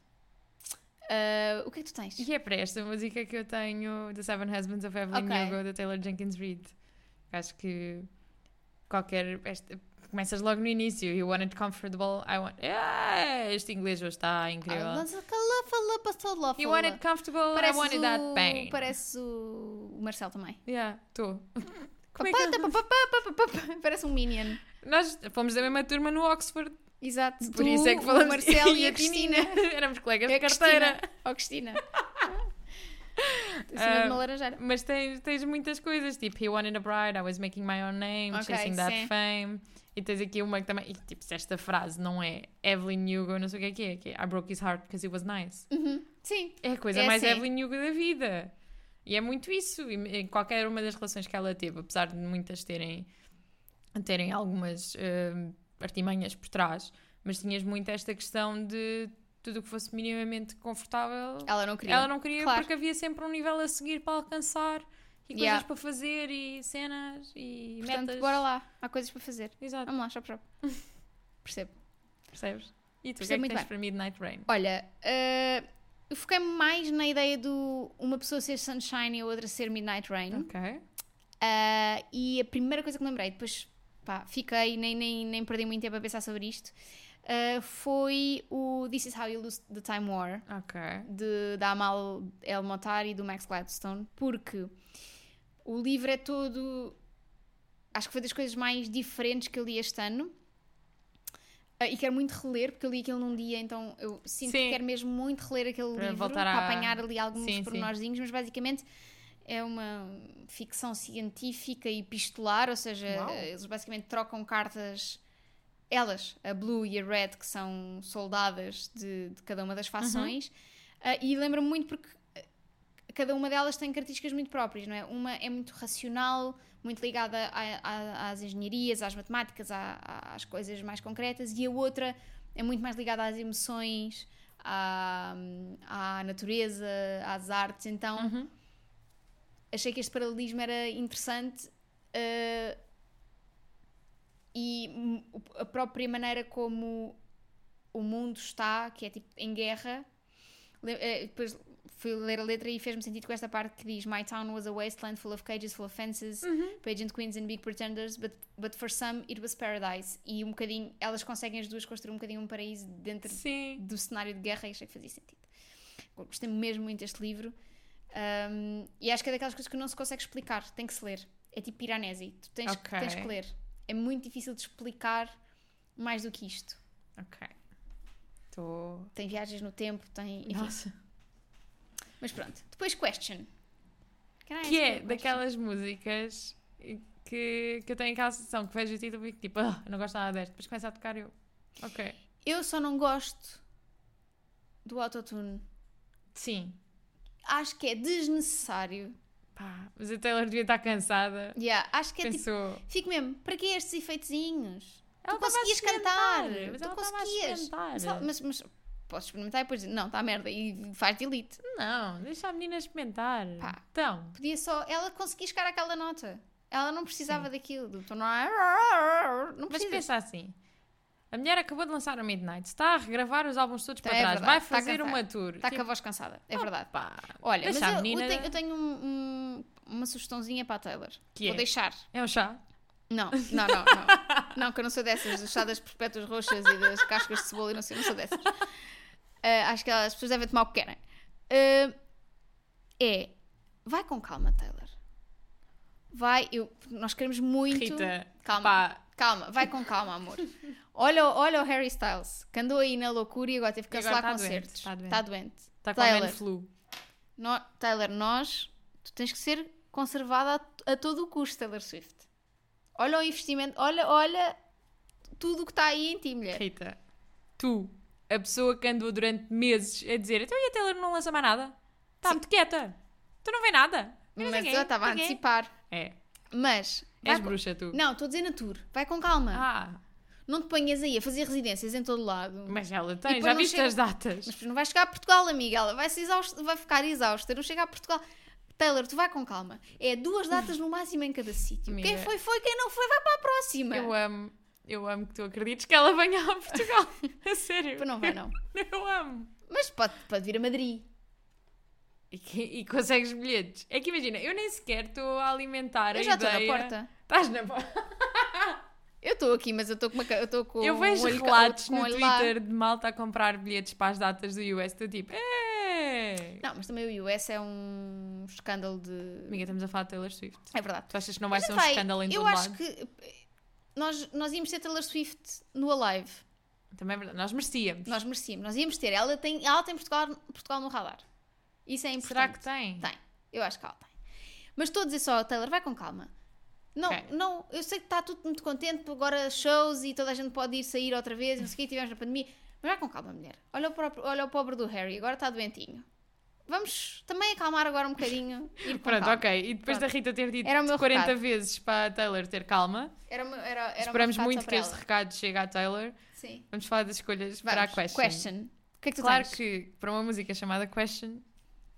Ah, o que é que tu tens? E é para esta música que eu tenho The Seven Husbands of Evelyn Ok. Hugo, da Taylor Jenkins Reid. Acho que qualquer. esta- começas logo no início. You want it comfortable, I want. Ah, este inglês hoje está incrível. Ah, lança- cala, fala, passa, lá, you fala. want it comfortable, I want it that o- pain. Parece o o Marcel também. Yeah, estou. Como é que Papá, tá, papá, papá, papá, Parece um Minion. Nós fomos da mesma turma no Oxford. Exato. Por tu, isso é que falamos o Marcel e a Tinina. Cristina. Éramos colegas É de a carteira. Cristina. Oh, Cristina. Acima Ah, de uma laranjeira. Mas tens, tens muitas coisas, tipo He Wanted a Bride, I Was Making My Own Name, Ok, Chasing That sim. Fame. E tens aqui uma que também. E tipo, se esta frase não é Evelyn Hugo, não sei o que é que é, que é I Broke His Heart because he was nice. Uhum. Sim. É a coisa É mais assim. Evelyn Hugo da vida. E é muito isso. E em qualquer uma das relações que ela teve, apesar de muitas terem, terem algumas hum, artimanhas por trás, mas tinhas muito esta questão de tudo o que fosse minimamente confortável. Ela não queria. Ela não queria Claro. porque havia sempre um nível a seguir para alcançar e coisas Yeah. para fazer e cenas e Portanto, metas. bora lá. Há coisas para fazer. Exato, Vamos lá, chop, chop. Percebo. percebes? E tu, o que Percebo é que muito tens bem. para Midnight Rain? Olha, eh, eu foquei-me mais na ideia do uma pessoa ser Sunshine e a outra ser Midnight Rain. Ok. Ah, e a primeira coisa que me lembrei, depois pá, fiquei, nem, nem, nem perdi muito tempo a pensar sobre isto, ah, foi o This Is How You Lose the Time War, Ok. de, da Amal El Motar e do Max Gladstone, porque o livro é todo. Acho que foi das coisas mais diferentes que eu li este ano. Ah, e quero muito reler, porque eu li aquilo num dia, então eu sinto que Sim. quero mesmo muito reler aquele Para livro voltar para a- apanhar ali alguns Sim, sim. pormenorzinhos, mas basicamente é uma ficção científica e epistolar, ou seja, Uau. eles basicamente trocam cartas elas, a Blue e a Red, que são soldadas de, de cada uma das fações, Ah, e lembro-me muito porque ah, cada uma delas tem características muito próprias, não é? Uma é muito racional, muito ligada a- a- às engenharias, às matemáticas, à- à- às coisas mais concretas, e a outra é muito mais ligada às emoções, à, à natureza, às artes. Então Uhum. achei que este paralelismo era interessante eh, e hum, o- a própria maneira como o mundo está, que é tipo em guerra. Le- eh, depois fui ler a letra e fez-me sentido com esta parte que diz: My town was a wasteland full of cages, full of fences, pageant queens and big pretenders, but, but for some it was paradise. E um bocadinho, elas conseguem as duas construir um bocadinho um paraíso dentro Sim. do cenário de guerra e achei que fazia sentido. Gostei mesmo muito deste livro Um, e acho que é daquelas coisas que não se consegue explicar, tem que se ler. É tipo Piranesi, tu tens, que- Ok. tens que ler. É muito difícil de explicar mais do que isto. Ok. Estou. Tem viagens no tempo, tem. enfim. Nossa. Mas pronto. Depois, Question. O que Can I ask que you a é question? daquelas músicas que, que eu tenho aquela sensação que vejo o título e que tipo, ah, não gosto nada deste. Depois começa a tocar e eu, ok. Eu só não gosto do autotune. Sim. Acho que é desnecessário. Pá, mas a Taylor devia estar cansada. Yeah, acho que é tipo. Pensou. Fico mesmo, para que estes efeitozinhos? Ela tu conseguias cantar, Mas tu ela estava a conseguias. Mas, experimentar. mas, mas posso experimentar e depois dizer, não, está merda, e faz delete. Não, deixa a menina experimentar. Pá. Então, Podia só. Ela conseguia chegar àquela nota. Ela não precisava daquilo. Do tom. é? Não mas precisa. pensa assim. A mulher acabou de lançar o Midnight, está a regravar os álbuns todos Então para é trás, verdade, vai está fazer cansada. uma tour. Está Tá com a Tipo, voz cansada, é verdade. pá, Olha, deixa mas a eu, menina. eu tenho, eu tenho um- um- uma sugestãozinha para a Taylor. Que Vou é? deixar. É um chá. Não, não, não, não. Não, que eu não sou dessas, dos chá das perpétuas roxas e das cascas de cebola e não sei, não sou dessas. Ah, acho que as pessoas devem tomar o que querem. Ah, é, vai com calma, Taylor. Vai, eu, nós queremos muito. Rita, calma. pá. Calma, vai com calma, amor. Olha, o- olha o Harry Styles, que andou aí na loucura e agora teve que E agora cancelar tá doente, concertos. tá doente. Tá doente. Está com Taylor. a man flu. No- Taylor, nós, tu tens que ser conservada a, a todo o custo, Taylor Swift. Olha o investimento, olha, olha tudo o que está aí em ti, mulher. Rita, tu, a pessoa que andou durante meses a dizer então e a Taylor não lança mais nada? Está muito quieta. Tu não vê nada. E não sei Mas quem, eu estava a não sei quem. antecipar. É, Mas. vai és com- bruxa tu. Não, estou a dizer na tour. Vai com calma. Ah, Não te ponhas aí a fazer residências em todo lado. Mas, mas ela E tem, depois já não viste chega- as datas. não vai chegar a Portugal, amiga. Ela vai, -se exausta, vai ficar exausta. Não chega a Portugal. Taylor, tu vai com calma. É duas datas no máximo em cada sítio. Quem Amiga. foi, foi. Quem não foi, vai para a próxima. Eu amo, eu amo que tu acredites que ela venha a Portugal. a sério. Não vai, não. Eu amo. Mas pode, pode vir a Madrid. E, que- e consegues bilhetes. É que imagina, eu nem sequer estou a alimentar Eu a já estou ideia. na porta. Estás na porta. Eu estou aqui, mas eu estou com uma. ca- Eu, estou com Eu um vejo olho ca- relatos com um no olho lá. Twitter de malta a comprar bilhetes para as datas do US. Estou tipo, é. Não, mas também o US é um escândalo de. Amiga, estamos a falar de Taylor Swift. É verdade. Tu achas que não vai Mas ser um vai, escândalo em Eu todo acho lado? que. Nós, nós íamos ter Taylor Swift no Alive. Também é verdade. Nós merecíamos. Nós merecíamos. Nós íamos ter. Ela tem, ela tem Portugal, Portugal no radar. Isso é importante. Será que tem? Tem. Eu acho que ela tem. Mas estou a dizer só, Taylor, vai com calma. Não, Ok. não, eu sei que está tudo muito contente, porque agora shows e toda a gente pode ir sair outra vez, não sei o que, tivemos na pandemia. Mas vai com calma, mulher. Olha o, próprio, olha o pobre do Harry, agora está doentinho. Vamos também acalmar agora um bocadinho. Ir com Pronto, calma. ok. E depois tá. Pronto. da Rita ter dito Era o meu 40 recado. vezes para a Taylor ter calma, Era, o meu- era, era o meu esperamos recado muito só que para este ela. recado chegue à Taylor. Sim. Vamos falar das escolhas para a Vamos. question. O que é que tu Claro tens? que para uma música chamada Question,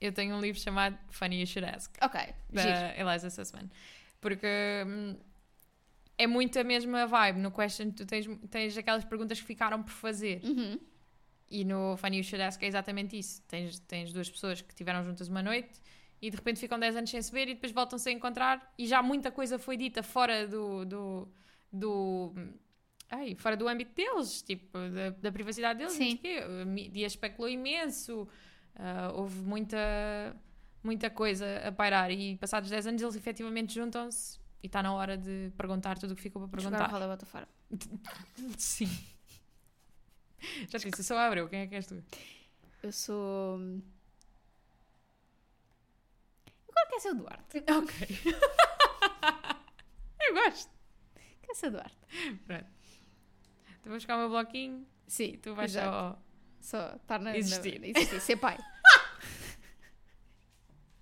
eu tenho um livro chamado Funny You Should Ask, Ok, da É, giro. Eliza Sussman. Porque hum, é muito a mesma vibe. No Question, tu tens, tens aquelas perguntas que ficaram por fazer. Uhum. E no Funny You Should Ask é exatamente isso. Tens, tens duas pessoas que tiveram juntas uma noite e de repente ficam 10 anos sem se ver e depois voltam-se a encontrar e já muita coisa foi dita fora do... do, do ai, fora do âmbito deles, tipo, da, da privacidade deles. Sim. Sim. A mídia especulou imenso. ah, houve muita, muita coisa a pairar e passados 10 anos eles efetivamente juntam-se e está na hora de perguntar tudo o que ficou para Jogar o perguntar. roda bota fora. Sim. Já te disse, eu sou a Abreu, quem é que és tu? Eu sou. hum, Eu agora quero ser o é Duarte. Ok. Eu gosto. Quero ser o é Duarte. Tu vais Então buscar o meu bloquinho e Sim, tu vais exato. só. Só estar na. na- Existir. existir, ser pai. De repente, mas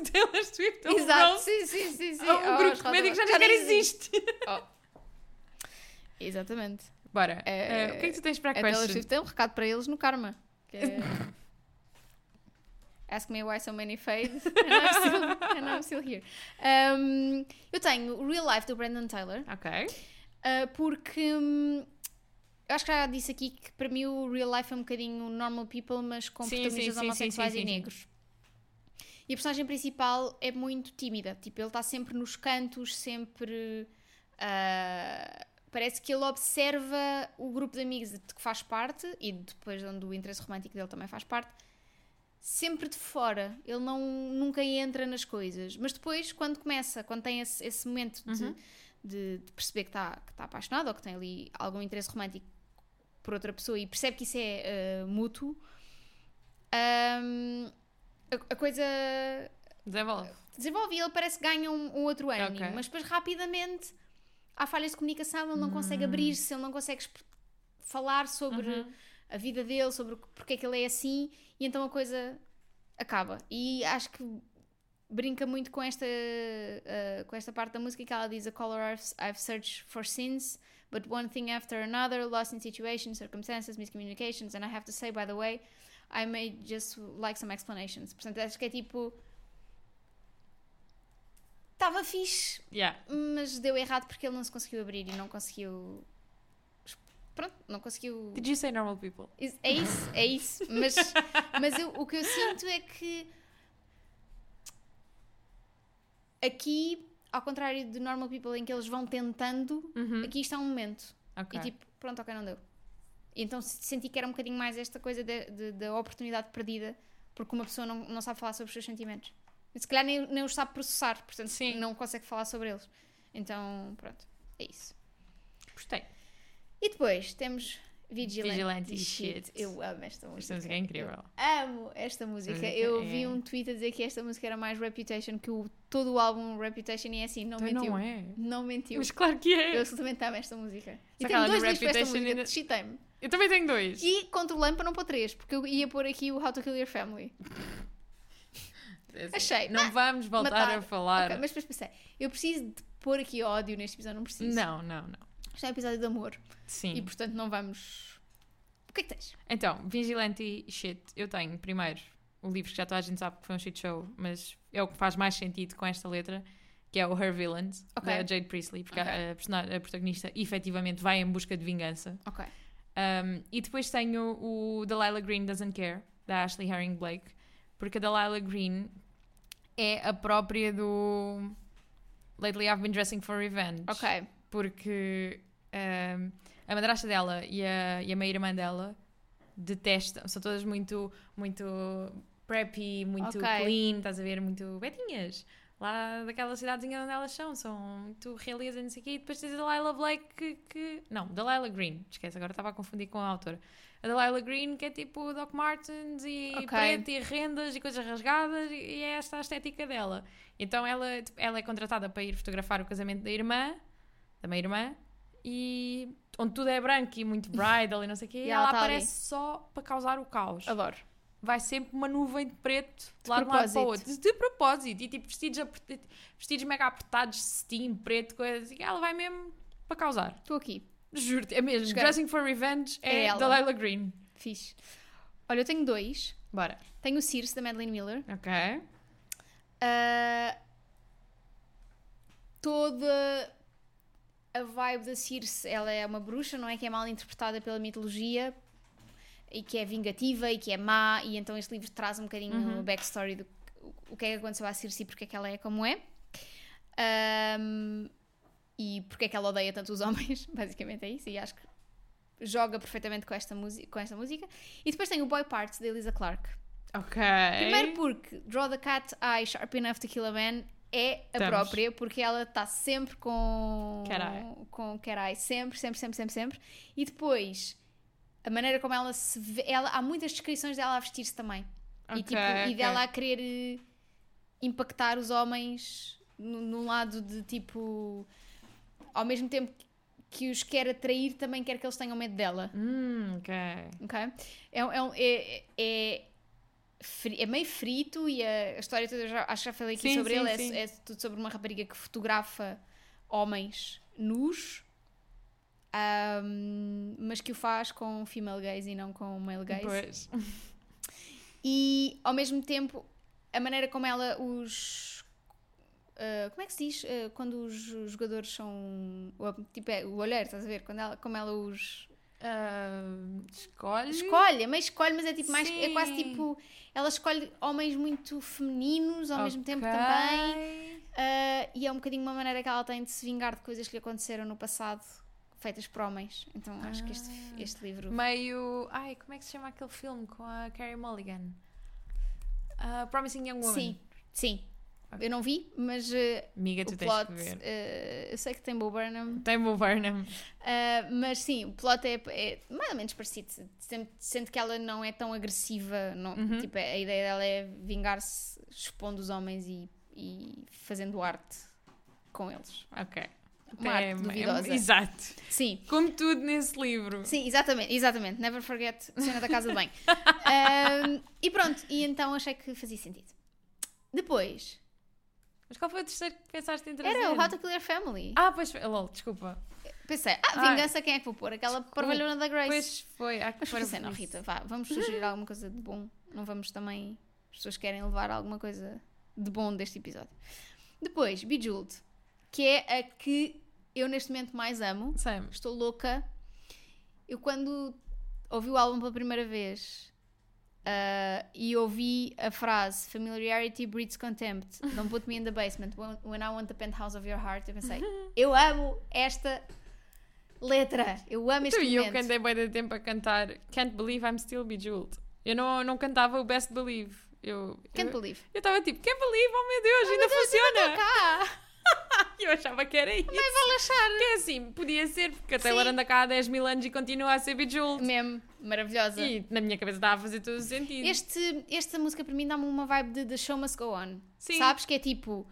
do Taylor É Swift ou Exato. Sim, sim, sim. sim. um grupo, a um Oh, grupo Roda de comédia que já Bota. nem sequer existe. Exatamente. Bora. É- eh, o que é que tu tens para a A Taylor question? Swift tem um recado para eles no Karma. que é, Ask me why so many fades and I'm still, and I'm still here. Um, eu tenho o Real Life do Brandon Taylor. Ok. Uh, porque hum, eu acho que já disse aqui que para mim o real life é um bocadinho normal people, mas com Sim, protagonistas sim, sim, homossexuais sim, sim, e sim. negros. E a personagem principal é muito tímida, tipo, ele está sempre nos cantos, sempre. ah, parece que ele observa o grupo de amigos de que faz parte e depois onde o interesse romântico dele também faz parte, sempre de fora. Ele não, nunca entra nas coisas. Mas depois, quando começa, quando tem esse, esse momento de, Uhum. de- de perceber que está que tá apaixonado ou que tem ali algum interesse romântico por outra pessoa e percebe que isso é ah, mútuo, ahm, ah, a, a coisa Desenvolve. desenvolve e ele parece que ganha um, um outro ânimo, Ok. mas depois rapidamente há falhas de comunicação, ele não consegue abrir-se, ele não consegue exp- falar sobre a vida dele, sobre o que- porque é que ele é assim, e então a coisa acaba. E acho que brinca muito com esta, eh, com esta parte da música que ela diz: A color I've, I've searched for sins, but one thing after another, lost in situations, circumstances, miscommunications, and I have to say, by the way, I may just like some explanations. Portanto, acho que é tipo. Estava fixe, Yeah. mas deu errado porque ele não se conseguiu abrir e não conseguiu. Pronto, não conseguiu. Did you say normal people? Is- É isso, é isso. Mas, mas eu- o que eu sinto é que aqui, ao contrário de Normal People, em que eles vão tentando, Uhum. aqui está um momento. Ok. E tipo, pronto, ok, não deu. E então se- senti que era um bocadinho mais esta coisa da de- da oportunidade perdida, porque uma pessoa não, não sabe falar sobre os seus sentimentos. E se calhar nem, nem os sabe processar, portanto Sim. não consegue falar sobre eles. Então, pronto, é isso. Gostei. E depois temos Vigilante, Vigilante e Shit. Shit. Eu amo esta Esta música. música é incrível. Amo esta música. música Eu é- vi um tweet a dizer que esta música era mais Reputation que o, todo o álbum Reputation e é assim, não Então mentiu. não é. Não mentiu. Mas claro que é. Eu Eu, absolutamente amo esta música. E Só tenho aquela dois do livros para esta Reputation música, ainda- chitei-me. também tenho dois. E controlei-me para não pôr três, porque eu ia pôr aqui o How to Kill Your Family. É assim, Achei. Ah, Não vamos voltar matar. a falar. Ok, mas depois pensei, eu preciso de pôr aqui ódio neste episódio, não preciso. Não, não, não. Isto é um episódio de amor Sim. e portanto não vamos. O que é que tens? Então, Vigilante Shit, eu tenho primeiro o livro que já toda a gente sabe que foi um shit show, mas é o que faz mais sentido com esta letra, que é o Her Villains, Ok. da Jade Priestley, porque Ok. a, persona- a protagonista efetivamente vai em busca de vingança. Ok. Um, e depois tenho o Delilah Green Doesn't Care, da Ashley Herring Blake, porque a Delilah Green é a própria do Lately I've Been Dressing for Revenge Ok. porque ehm, a madrasta dela e a, e a meia-irmã dela detestam, são todas muito, muito preppy, muito Ok. clean, estás a ver, muito betinhas. Lá daquela cidadezinha onde elas são, são muito realeza e não sei o quê. E depois tens a Delilah Blake que, que- Não, Delilah Green, esquece, agora estava a confundir com a autora. A Delilah Green que é tipo Doc Martens e Ok. preto e rendas e coisas rasgadas e e é esta a estética dela. Então ela, tipo, ela é contratada para ir fotografar o casamento da irmã da minha irmã e onde tudo é branco e muito bridal e não sei o quê, E e ela ela, tá Ah. aparece só para causar o caos. Adoro. Vai sempre uma nuvem de preto de, lado de um lado para o propósito. outro, de propósito, e tipo vestidos, apre- vestidos mega apertados, cetim, preto, coisas assim, ela vai mesmo para causar. Estou aqui. Juro-te, é mesmo. Cheguei. Dressing for Revenge É é, ela. da Layla Green. Fixe. Olha, eu tenho dois. Bora. Tenho o Circe da Madeline Miller. Ok. Ah, toda a vibe da Circe, ela é uma bruxa, não é? Que é mal interpretada pela mitologia e que é vingativa e que é má, e então este livro traz um bocadinho o backstory do o- o que é que aconteceu à Circe e porque é que ela é como é. Ahm, e porque é que ela odeia tanto os homens, basicamente é isso, e acho que joga perfeitamente com esta, musi- com esta música. E depois tem o Boy Parts, da Elisa Clarke. Ok. Primeiro porque Draw the Cat Eye Sharp Enough to Kill a Man é a Estamos. própria, porque ela está sempre com. Cat eye. Com cat eye. Sempre, sempre, sempre, sempre, sempre. E depois, a maneira como ela se vê. Ela, há muitas descrições dela a vestir-se também. e, Ok, tipo, e ok. dela a querer eh, impactar os homens nu- num lado de tipo. Ao mesmo tempo que os quer atrair, também quer que eles tenham medo dela. Hum, ok. Ok? É, um- é, um- é, é, fri- é meio frito e a, a história toda, eu já, acho que já falei aqui Sim, sobre sim, ele, é- sim. é, tudo sobre uma rapariga que fotografa homens nus, ahm, mas que o faz com female gaze e não com male gaze. Pois. E ao mesmo tempo, a maneira como ela os. ah, como é que se diz? Ah, quando os, os jogadores são. o- Tipo, é, o olheiro, estás a ver? Quando ela, como ela os. Ah, escolhe. Escolhe, mas escolhe, mas é tipo mais. É quase Sim. tipo. Ela escolhe homens muito femininos ao mesmo tempo Ok. também. ah, e é um bocadinho uma maneira que ela tem de se vingar de coisas que lhe aconteceram no passado feitas por homens. Então acho que este, Ah. este livro. Meio. Ai, como é que se chama aquele filme com a Carrie Mulligan? Ah, Promising Young Woman. Sim, sim. Eu não vi, mas eh, Amiga, tu o tens plot. que ver. eh, eu sei que tem Bo Burnham. Tem o Burnham. Uh, mas sim, o plot é, é mais ou menos parecido. Sente, sente que ela não é tão agressiva. Não, Uhum. tipo, a ideia dela é vingar-se expondo os homens e, e fazendo arte com eles. Ok. Uma arte duvidosa. exato. Sim, Como tudo nesse livro. sim, exatamente, exatamente. Never forget cena da casa de banho. Um, e pronto, e então achei que fazia sentido. Depois, Mas qual foi o terceiro que pensaste em trazer? era o How to Clear Family. Ah, pois foi. Lol, desculpa. Pensei, ah, Ai. vingança quem é que vou pôr? Aquela parvalhona da Grace. Pois foi. Há que Mas pôr pensei, não, isso. Rita, vá, vamos sugerir alguma coisa de bom. Não vamos também. As pessoas querem levar alguma coisa de bom deste episódio. Depois, Bejeweled, que é a que eu neste momento mais amo. Sam, Estou louca. Eu, quando ouvi o álbum pela primeira vez ah, e ouvi a frase Familiarity breeds contempt, don't put me in the basement when, when I want the penthouse of your heart, eu pensei, eu amo esta letra. Eu amo este tu e eu momento. que andei bem de tempo a cantar Can't Believe I'm Still Bejeweled. Eu não, não cantava o Best Believe. Eu Can't eu- believe. eu estava tipo, Can't Believe, oh meu Deus, ainda funciona. Cá! E eu achava que era isso. Mas vou achar. Que é assim, podia ser, porque a Taylor anda cá há 10 mil anos e continua a ser Bejeweled. Mesmo, maravilhosa. E na minha cabeça estava a fazer todo o sentido. Este, esta música para mim dá-me uma vibe de The Show Must Go On. Sim. Sabes? Que é tipo.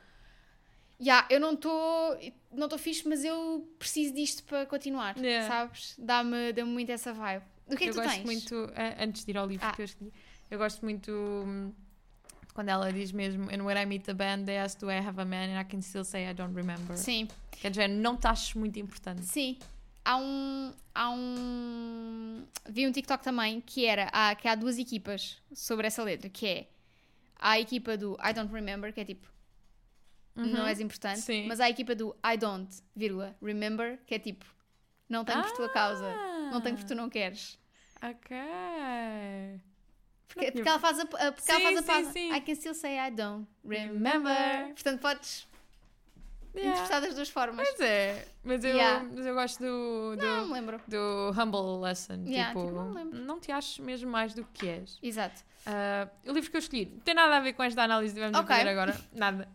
Ya, eu não estou não estou fixe, mas eu preciso disto para continuar. Yeah. Sabes? Dá-me dá muito essa vibe. O que é que eu tu gosto tens? muito, a- antes de ir ao livro Ah. que eu escolhi, eu gosto muito hum, quando ela diz mesmo And when I meet the band, they ask do I have a man and I can still say I don't remember. Sim, Quer dizer, não te acho muito importante. sim. Há um. Há um. Vi um TikTok também que era. Há, que há duas equipas sobre essa letra, que é. Há a equipa do I don't remember, que é tipo. Uhum. não és importante. Sim. Mas há a equipa do I don't, vírgula, remember, que é tipo, não tenho por tua Ah! causa, não tenho por tu não queres. Ok. Porque, Não tinha- porque ela faz a, a, porque ela Sim, faz a sim, pausa. sim. I can still say I don't remember. Remember. Portanto, podes Yeah. interpretar das duas formas. Mas é, mas eu, Yeah. mas eu gosto do, do, Não me lembro. do humble lesson. Yeah, tipo, tipo, não lembro. não te acho mesmo mais do que és. Exato. Ah, o livro que eu escolhi não tem nada a ver com esta análise que vamos Ok. fazer agora. Nada.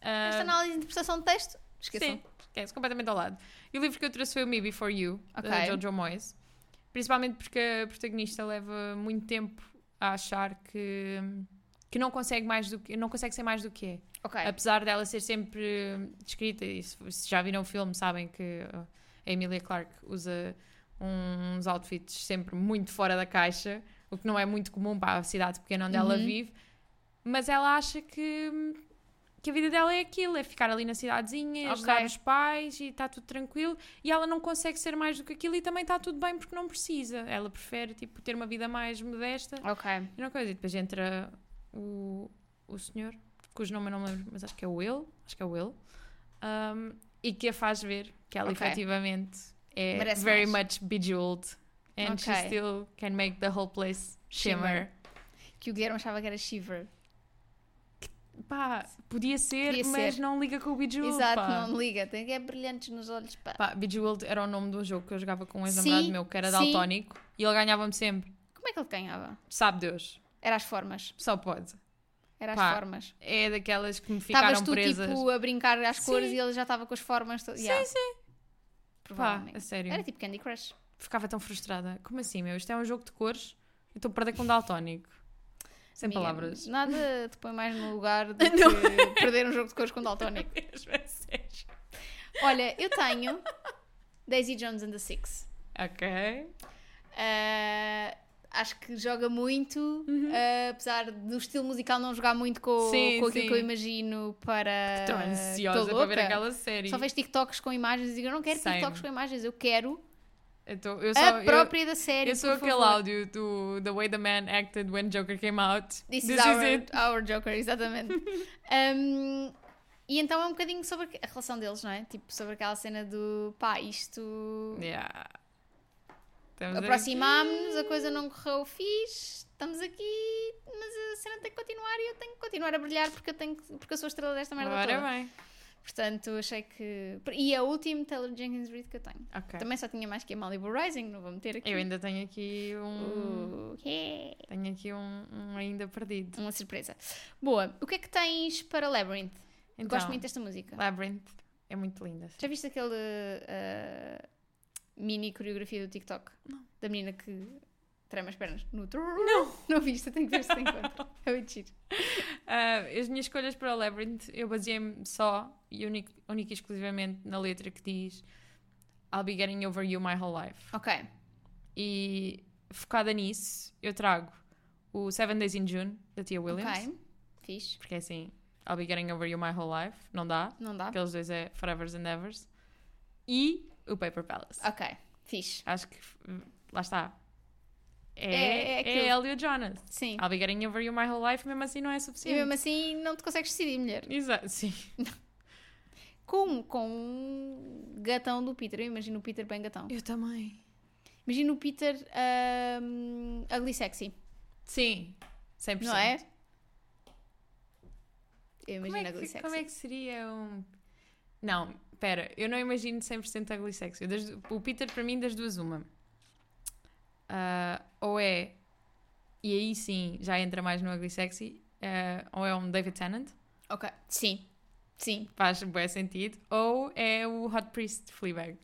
Ah, Esta análise de interpretação de texto, esqueçam. Sim, esquece, completamente ao lado. E o livro que eu trouxe foi o Me Before You, da Ok. Jojo Moyes. Principalmente porque a protagonista leva muito tempo a achar que, que não consegue mais do que não consegue ser mais do que é. Ok. Apesar dela ser sempre hum, descrita, e se, se já viram o filme, sabem que uh, a Emilia Clarke usa uns outfits sempre muito fora da caixa, o que não é muito comum para a cidade pequena onde ela Uhum. vive, mas ela acha que, hum, que a vida dela é aquilo, é ficar ali na cidadezinha, Ok. ajudar os pais e está tudo tranquilo, e ela não consegue ser mais do que aquilo e também está tudo bem porque não precisa. Ela prefere tipo, ter uma vida mais modesta Ok. e uma coisa, e depois entra o, o senhor, cujo nome eu não me lembro, mas acho que é o Will, acho que é o Will, um, e que a faz ver que ela Ok. efetivamente é Merece very much bejeweled and she Ok. still can make the whole place shimmer. Que o Guilherme achava que era Shiver. Pá, podia ser, Podia mas ser. não liga com o bejeweled, Exato, pá. não liga. Tem que é brilhantes nos olhos. Pá. Pá, Bejeweled era o nome de um jogo que eu jogava com um Sim, ex-namorado meu, que era sim. daltónico, e ele ganhava-me sempre. Como é que ele ganhava? Sabe Deus, Era as formas. só pode. Era as Pá, formas. É daquelas que me ficaram Estavas tu presas. tipo a brincar às Sim. cores e ele já estava com as formas. To... Sim, Yeah, sim. Pá, provavelmente. a sério. Era tipo Candy Crush. Ficava tão frustrada. Como assim, meu? Isto é um jogo de cores? Eu estou a perder com um daltónico. Sem Amiga, palavras. Nada te põe mais no lugar do que perder um jogo de cores com daltónico. é Olha, eu tenho Daisy Jones and the Six. ok. Ah, acho que joga muito, ah, apesar do estilo musical não jogar muito com, Uhum. Sim, com aquilo sim. que eu imagino para. Estou ansiosa Ah, Tô para ver louca. aquela série. Só fez TikToks com imagens e digo, eu não quero Same. TikToks com imagens, eu quero Eu, tô- eu sou, a eu- própria da série. eu sou por aquele favor. áudio do The Way the Man Acted When Joker Came Out. This, is, our, our Joker, exatamente. Um, e então é um bocadinho sobre a relação deles, não é? Tipo, sobre aquela cena do pá, isto. Yeah. Estamos aqui. Aproximámos-nos, a coisa não correu fixe, estamos aqui, mas a cena tem que continuar e eu tenho que continuar a brilhar porque eu, tenho que- porque eu sou a estrela desta merda Ora toda. bem. Portanto, achei que. E é o último Taylor Jenkins Reid que eu tenho. Ok. Também só tinha mais que a Malibu Rising, não vou meter aqui. Eu ainda tenho aqui um. Uh, yeah. Tenho aqui um, um ainda perdido. Uma surpresa. Boa. O que é que tens para Labyrinth? Eu Gosto muito desta música. Então, Labyrinth é muito linda. Já viste aquele ah, mini coreografia do TikTok? Não. Da menina que trema as pernas no Não! Não viste, eu tenho que ver se te encontro. É muito giro. Ah, as minhas escolhas para o Labyrinth, eu baseei-me só e único, única e exclusivamente na letra que diz I'll be getting over you my whole life. Ok. E focada nisso, eu trago o Seven Days in June, da Tia Williams. Ok. Fixe. Porque é assim, I'll be getting over you my whole life, não dá. Não dá? Aqueles dois é Forevers and Evers. E o Paper Palace. Ok. Fixe. Acho que, hum, lá está. É, É- é é, aquilo. ela e o Jonas. Sim. I'll be getting over you my whole life, mesmo assim não é E suficiente. mesmo assim não te consegues decidir, mulher. Exato, sim. Com, com um gatão do Peter. Eu imagino o Peter bem gatão. Eu também. Imagino o Peter ahm, ugly sexy, Sim, 100%. não é? Eu Como imagino é, ugly que, sexy. como é que seria um. Não, pera, eu não imagino 100% ugly sexy. Eu das du- o Peter, para mim, das duas, uma. Ah, ou é. E aí sim, já entra mais no ugly sexy. ah, ou é um David Tennant, Ok. Sim. Sim. faz bom sentido. Ou é o Hot Priest de Fleabag.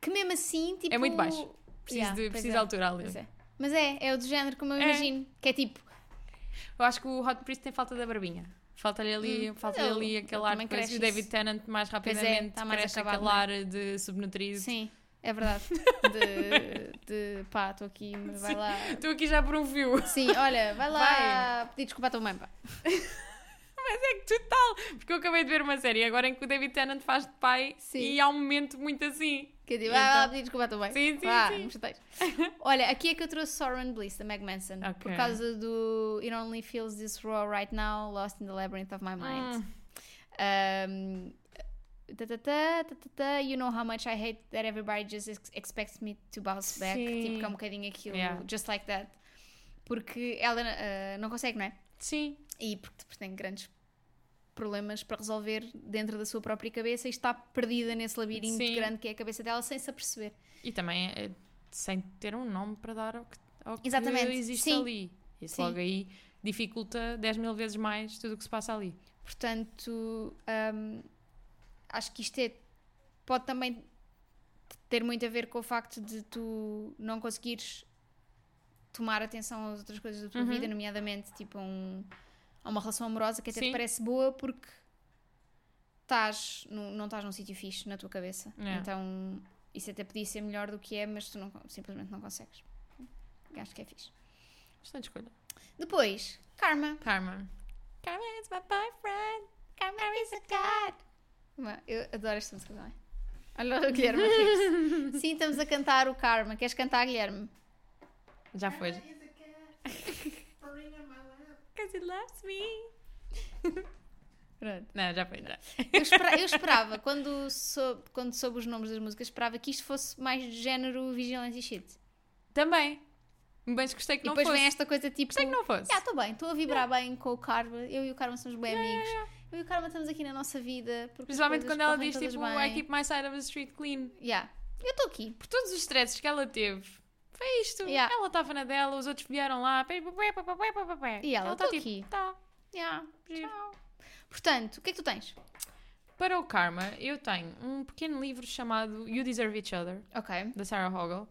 Que mesmo assim, tipo... É muito baixo. Preciso, Yeah, de, pois preciso é, de altura ali. pois é. Mas é, é o do género como eu É. imagino. Que é tipo... Eu acho que o Hot Priest tem falta da barbinha. Falta-lhe ali, Hum, falta mas ali ele- aquele ele ar também que parece cresce o David isso. Tennant mais é, rapidamente tá mais cresce acabado, aquele não ar de subnutrido. Sim. É verdade. De... de pá, estou aqui, vai lá. Estou aqui já por um fio. Sim, olha, vai lá pedir desculpa à tua mãe, pá. Mas é que total! Porque eu acabei de ver uma série agora em que o David Tennant faz de pai Sim. e há um momento muito assim. Que eu digo, E ah, então? pedir desculpa também. Sim, sim, Vá, sim. não me chateias. Olha, aqui é que eu trouxe Soren Bliss, da Meg Manson. Ok. Por causa do It Only Feels This Raw Right Now, Lost in the Labyrinth of My Mind. Um, Hum, ta, ta, ta, ta, ta, ta, you know how much I hate that everybody just ex- expects me to bounce back. Sim. Tipo, que é um bocadinho aquilo, Yeah. just like that. Porque ela ah, não consegue, não é? Sim. E porque, porque tem grandes problemas para resolver dentro da sua própria cabeça e está perdida nesse labirinto Sim. grande que é a cabeça dela sem se aperceber. E também eh, sem ter um nome para dar ao que, ao que Exatamente. existe Sim. ali. Isso Sim. logo aí dificulta 10 mil vezes mais tudo o que se passa ali. Portanto, hum, acho que isto é, pode também ter muito a ver com o facto de tu não conseguires tomar atenção às outras coisas da tua Uhum. vida, nomeadamente tipo a um- a uma relação amorosa que até te Sim. parece boa porque estás num- não estás num sítio fixe na tua cabeça. Yeah. Então isso até podia ser melhor do que é, mas tu não con- simplesmente não consegues. Acho que é fixe. Bastante escolha. Depois, karma. Karma. Karma is my boyfriend. Karma is a god. Uma- Eu adoro esta música também. Olha o Guilherme a rir-se. Sim, estamos a cantar o Karma. Queres cantar, Guilherme? Já foi. Because he loves me. Pronto. Não, já foi, já. Eu, espera- eu esperava, quando soube, quando soube os nomes das músicas, esperava que isto fosse mais do género Vigilante e Shit. Também. Mas gostei que e não depois fosse. vem esta coisa tipo. Gostei é que não fosse. Ah, estou bem, estou a vibrar bem com o Karma. Eu e o Karma somos bem amigos. Eu e o Karma estamos aqui na nossa vida. Porque as Principalmente coisas quando ela correm diz tipo, todas I bem. keep my side of the street clean. Yeah. Eu estou aqui. Por todos os stresses que ela teve, foi isto. Yeah. Ela estava na dela, os outros vieram lá. pé, pé, pé, pé, pé, pé, pé, pé. E ela, tá "Tô aqui." Tá, Yeah. giro. Portanto, o que é que tu tens? Para o Karma, eu tenho um pequeno livro chamado You Deserve Each Other, Ok. da Sarah Hoggle.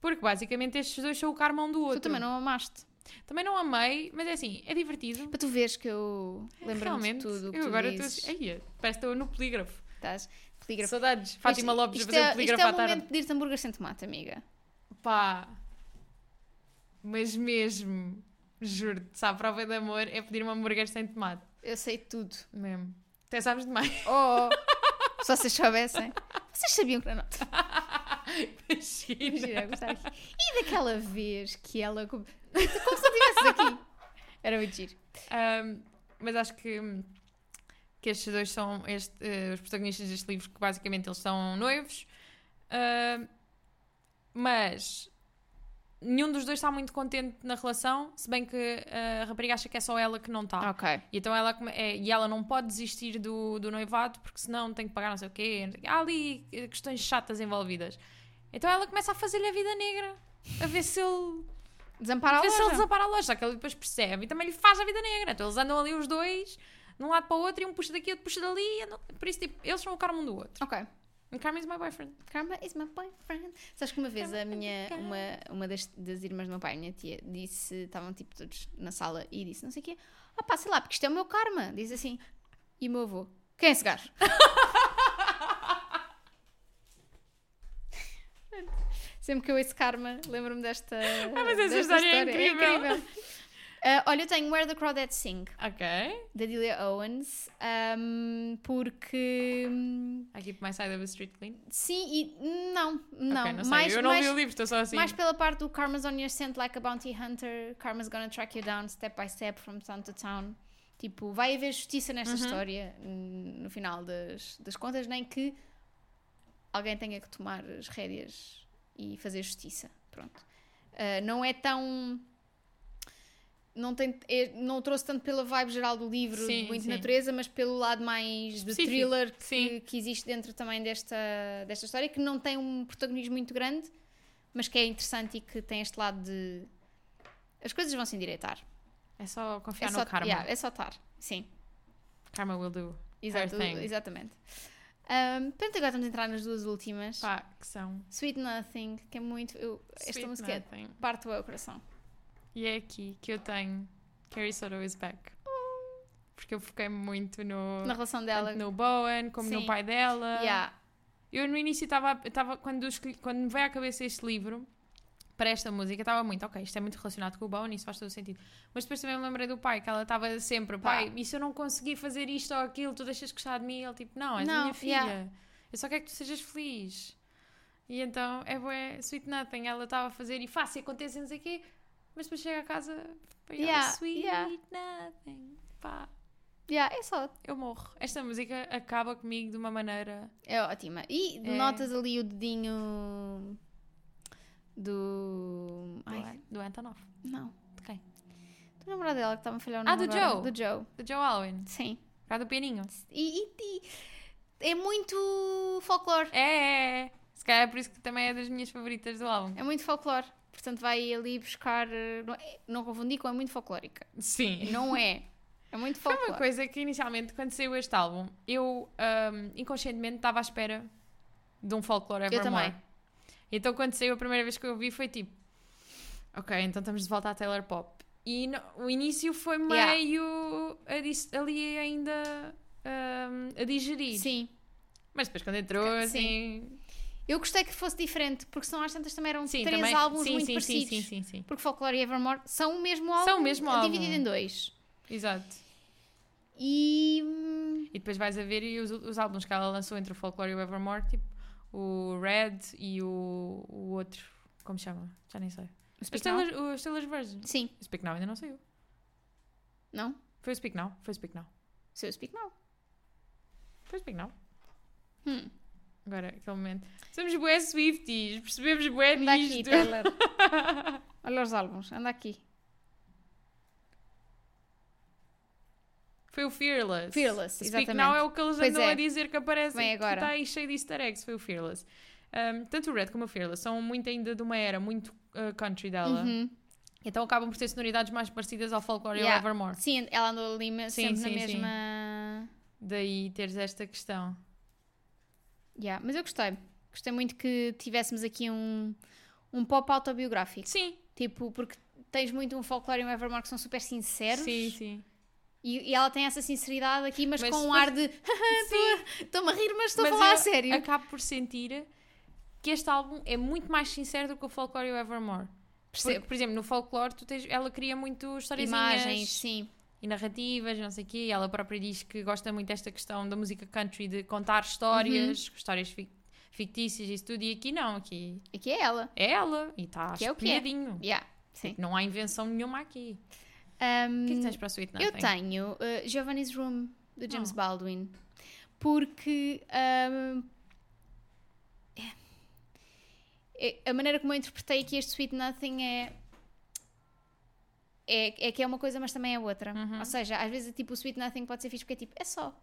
Porque basicamente estes dois são o karma um do outro. Tu também não amaste. Também não amei, mas é assim, é divertido. Para tu veres que eu lembro-me de É, Realmente, tudo o que eu tu agora dizes. estou assim. Ai, parece que estou no polígrafo. Estás polígrafo. Saudades. Fátima Isto- Lopes a isto fazer é- o polígrafo à Isto é o tarde. momento de ir de hambúrguer sem tomate, amiga. Pá. Mas mesmo, juro-te, se há prova de amor é pedir uma hambúrguer sem tomate. Eu sei tudo. Mesmo. Até sabes demais. Oh! Só vocês soubessem. Vocês sabiam que não. Imagina. Imagina, eu gostava aqui. E daquela vez que ela. Como, como se não estivesse aqui. Era muito giro. Ahm, mas acho que, que estes dois são este, eh, os protagonistas deste livro, que basicamente eles são noivos. Ahm, mas nenhum dos dois está muito contente na relação, se bem que a rapariga acha que é só ela que não está. Ok. E, então ela, come- é, e ela não pode desistir do, do noivado porque senão tem que pagar não sei o quê. Há ali eh, questões chatas envolvidas. Então ela começa a fazer-lhe a vida negra, a ver se ele, Desampara a a ver se ele loja. desapara a loja, é só que ele depois percebe e também lhe faz a vida negra. Então eles andam ali os dois, de um lado para o outro, e um puxa daqui, outro puxa dali. E andam, por isso, tipo, eles são o karma um do outro. Ok. And Karma is my boyfriend. Karma is my boyfriend. Sabes que uma vez a Karma, minha, karma. uma, uma das, das irmãs do meu pai, a minha tia, disse, estavam tipo todos na sala e disse, não sei o quê, ah pá, sei lá, porque isto é o meu karma. Diz assim, e o meu avô, quem é esse gajo? Sempre que eu ouço karma, lembro-me desta. Ah, mas essa história é incrível. Ah, olha, eu tenho Where the Crawdads Sing, Ok. da Delia Owens, ahm, porque. hum, I keep my side of the street clean. Sim e não, não. Ok, não sei. mais, eu não mais, vi o livro, estou só assim. mais pela parte do Karma's on your scent like a bounty hunter, Karma's gonna track you down step by step from town to town. Tipo, vai haver justiça Uhum. nesta história hum, no final das, das contas, nem que alguém tenha que tomar as rédeas e fazer justiça. Pronto. Ah, não é tão. Não, tem, é- não trouxe tanto pela vibe geral do livro, Sim, muito sim. natureza, mas pelo lado mais de Específico, thriller que, sim. que existe dentro também desta, desta história, que não tem um protagonismo muito grande, mas que é interessante e que tem este lado de. As coisas vão se endireitar. É só É confiar só, no karma. yeah, é só estar. Sim, Karma will do. exato, thing. exatamente. Ahm, portanto, agora vamos entrar nas duas últimas. Pá, que são. Sweet Nothing, que é muito. eu- esta sweet música é nothing. parte o meu coração. E é aqui que eu tenho Carrie Soto is back. Porque eu foquei muito no, Na relação tanto dela. no Bowen, como Sim. no pai dela. Yeah. Eu no início estava, eu estava quando, escolhi- quando me veio à cabeça este livro, para esta música, eu estava muito, ok, isto é muito relacionado com o Bowen, isso faz todo sentido. Mas depois também me lembrei do pai, que ela estava sempre, Pá. pai, e se eu não conseguir fazer isto ou aquilo, tu deixas de gostar de mim? E ele tipo, não, és Não, a minha filha. yeah. Eu só quero que tu sejas feliz. E então, é bué, sweet nothing, ela estava a fazer e fácil, acontece, não sei o quê, mas depois chega a casa, pá, e ela, Yeah, sweet yeah. nothing, pá, Yeah, é só. eu morro. Esta música acaba comigo de uma maneira... É ótima. E É. notas ali o dedinho do. Do, Ai, An- do Antonov. não. De quem? Do namorado dela que estava a falhar o Ah, nome do agora. Joe. Do Joe. Do Joe Alwyn. Sim. Cá do pianinho. E, e- e é muito folclore. É, é, é. Se calhar é por isso que também é das minhas favoritas do álbum. É muito folclore. Portanto, vai ali buscar. eh, Não, é- não confundi com é muito folclórica. Sim. Não é. É muito Foi uma folclore. coisa que inicialmente, quando saiu este álbum, eu ahm, inconscientemente estava à espera de um folclore Eu evermore. também. Então quando saiu a primeira vez que eu vi foi tipo, ok, então estamos de volta à Taylor Pop. E no- o início foi Yeah. meio a dis- ali ainda ahm, a digerir. Sim. Mas depois quando entrou Sim. assim... Eu gostei que fosse diferente, porque senão às tantas também eram Sim, três também- álbuns sim, muito sim, parecidos. Sim, sim, sim, sim. Porque Folklore e Evermore são o mesmo álbum, São o mesmo álbum. dividido em dois. Exato. E. hum, E depois vais a ver e os, os álbuns que ela lançou entre o Folklore e o Evermore, tipo o Red e o, o outro, como se chama? Já nem sei. As Speak Now? Taylor's, o as Taylor's Version. Sim, O Speak Now ainda não saiu. não? Foi o Speak Now? Foi o Speak Now. Se eu Speak Now. Foi o Speak Now. Hum. Agora, aquele momento. Somos bué Swifties, percebemos bué Anda aqui, tá? disto. Taylor. Olha os álbuns, anda aqui. Foi o Fearless. Fearless, Speak exatamente. Now é o que eles Pois andam é. a dizer que aparece. Vem e que agora. Está aí cheio de easter eggs. Foi o Fearless. Um, tanto o Red como o Fearless são muito ainda de uma era muito uh, country dela. Uhum. Então acabam por ter sonoridades mais parecidas ao folclore e ao Yeah. Evermore. Sim, ela andou ali me- Sim, sempre na sim, sim. mesma. Daí teres esta questão. Yeah, mas eu gostei. Gostei muito que tivéssemos aqui um, um pop autobiográfico. Sim, Tipo, porque tens muito um folclore e um Evermore que são super sinceros. sim, sim. E, e ela tem essa sinceridade aqui, mas, Mas com um depois- ar de estou-me a rir, mas estou a Mas falar eu a sério. Acabo por sentir que este álbum é muito mais sincero do que o folclore e o Evermore. Porque, Percebo. por exemplo, no folclore tu tens, ela cria muito histórias Imagens, sim. e narrativas, não sei o quê. Ela própria diz que gosta muito desta questão da música country, de contar histórias, Uhum. histórias fic- fictícias e isso tudo. E aqui não, aqui Aqui é ela. é ela e está Que é o que é. espelhadinho. Yeah, sim. Não há invenção nenhuma aqui. Um, O que é que tens para a Sweet Nothing? Eu tenho uh, Giovanni's Room, do James Oh. Baldwin, porque um, é- é- a maneira como eu interpretei aqui este Sweet Nothing é. É, é que é uma coisa, mas também é outra. Uhum. Ou seja, às vezes tipo, o Sweet Nothing pode ser fixe porque é tipo, é só.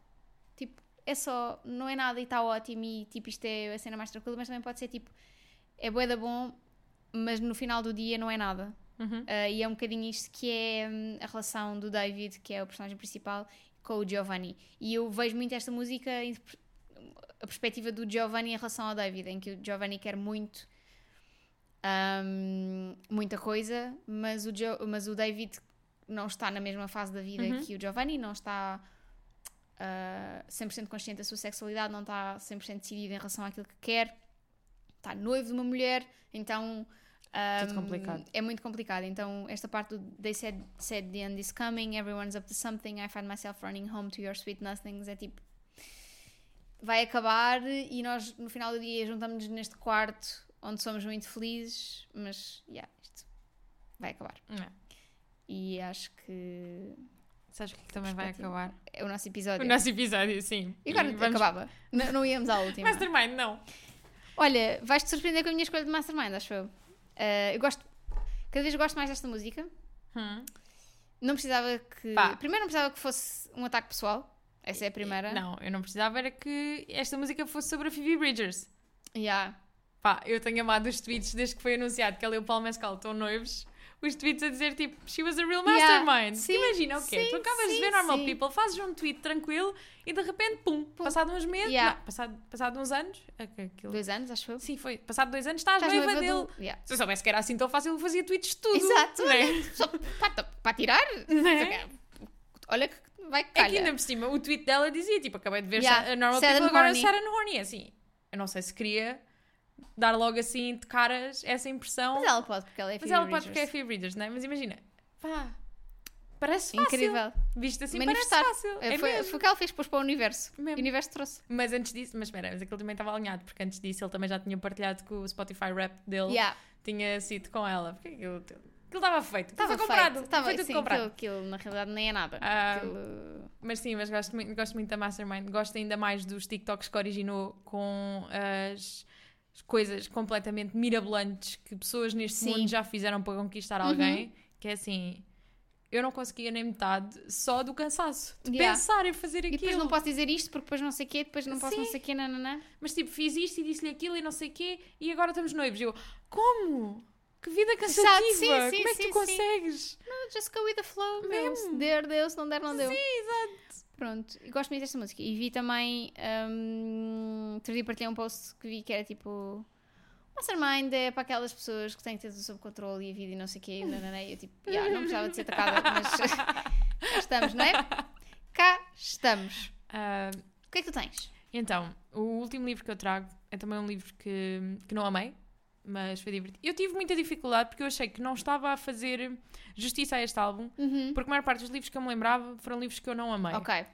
Tipo, é só, não é nada e está ótimo e tipo, isto é a cena mais tranquila, mas também pode ser tipo, é bué da bom, mas no final do dia não é nada. Uhum. Ah, e é um bocadinho isto que é hum, a relação do David, que é o personagem principal, com o Giovanni. E eu vejo muito esta música, em- a perspectiva do Giovanni em relação ao David, em que o Giovanni quer muito hum, muita coisa, mas o, Jo- mas o David não está na mesma fase da vida Uhum. que o Giovanni, não está ah, 100% consciente da sua sexualidade, não está 100% decidido em relação àquilo que quer, está tá noivo de uma mulher, então. ah, Tudo complicado. É muito complicado. Então, esta parte do They said, said the end is coming, everyone's up to something, I find myself running home to your sweet nothings. É tipo. Vai acabar e nós, no final do dia, juntamos-nos neste quarto onde somos muito felizes, mas, yeah, isto vai acabar. Não. é? E acho que Sabes o que, é que também vai Perspectiva. acabar? é o nosso episódio. O nosso episódio, sim. E agora vamos- acabava. Não, não íamos à última. Mastermind, não. Olha, vais-te surpreender com a minha escolha de Mastermind, acho eu. Ah, eu gosto. Cada vez gosto mais desta música. Hum. Não precisava que. Pá. Primeiro, não precisava que fosse um ataque pessoal. Essa é a primeira. Não, eu não precisava era que esta música fosse sobre a Phoebe Bridgers. Yeah. Pá, eu tenho amado os tweets desde que foi anunciado que ela e o Paulo Mescal estão noivos. Os tweets a dizer tipo, she was a real Yeah, mastermind. sim, Imagina o quê? sim, tu acabas de sim, ver normal sim. people, fazes um tweet tranquilo e de repente, pum, passado uns meses, Yeah. não, passado, passado uns anos, é que aquilo. Dois anos, acho eu. Sim, foi. Passado dois anos, estás, Estás noiva, noiva dele. do- Yeah. Se eu soubesse que era assim tão fácil, eu fazia tweets de tudo. Exato. Né? Só para, para tirar. Né? Olha que vai que É que calha. ainda por cima, o tweet dela dizia, tipo, acabei de ver Yeah, Sa- a Normal Sad People, and agora Horny. Sarah Horny. É assim, eu não sei se queria dar logo assim de caras essa impressão. Mas ela pode, porque ela é Mas Phoebe ela pode porque é Bridgers. Phoebe Readers, não é? Mas imagina, pá, parece fácil. Incrível. Visto assim, Manifestar. parece fácil. É, É, foi, mesmo. É foi o que ela fez, pôs para o universo. Mesmo. O universo trouxe. Mas antes disso, mas espera, mas aquilo também estava alinhado, porque antes disso ele também já tinha partilhado que o Spotify rap dele Yeah. tinha sido com ela. Porque aquilo aquilo estava feito, aquilo Estava foi comprado, feito, estava- foi tudo sim, comprado. Aquilo, aquilo, na realidade nem é nada. Ah, Aquilo- Mas sim, mas gosto muito, gosto muito da Mastermind. Gosto ainda mais dos TikToks que originou com as coisas completamente mirabolantes que pessoas neste Sim. Uhum. mundo já fizeram para conquistar alguém. Que é assim, eu não conseguia nem metade só do cansaço de Yeah. pensar em fazer E depois aquilo. não posso dizer isto porque depois não sei o quê, depois não posso não Sim. sei o quê, nananã. Mas tipo, fiz isto e disse-lhe aquilo e não sei o quê e agora estamos noivos. E eu, como? Que vida sim, cansativa! sim, como é sim, que tu sim. consegues? Não, Just go with the flow, meu. Mesmo. Se der, deu, se não der, não deu. Sim, exato. Pronto, e gosto muito desta música. E vi também. hum, Outro dia partilhei um post que vi que era tipo. Mastermind é para aquelas pessoas que têm que ter tudo sob controle e a vida e não sei o quê. nananã. E eu tipo, "Ya, não precisava de ser atacada, mas cá estamos, não é? Cá estamos. Ah, O que é que tu tens? Então, o último livro que eu trago é também um livro que, que não amei, mas foi divertido. Eu tive muita dificuldade porque eu achei que não estava a fazer justiça a este álbum, Uhum. porque a maior parte dos livros que eu me lembrava foram livros que eu não amei. Ok.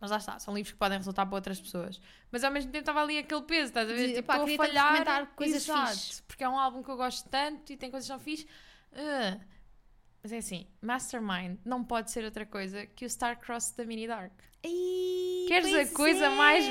Mas lá está, são livros que podem resultar para outras pessoas. Mas ao mesmo tempo estava ali aquele peso, estás a ver? De, Tipo, pá, estou queria a tanto falhar. comentar coisas Exato, fixe. Porque é um álbum que eu gosto tanto e tem coisas tão fixe. Ah, mas é assim, Mastermind não pode ser outra coisa que o Starcrossed da Mini Dark. Ih, Queres pois a coisa mais é,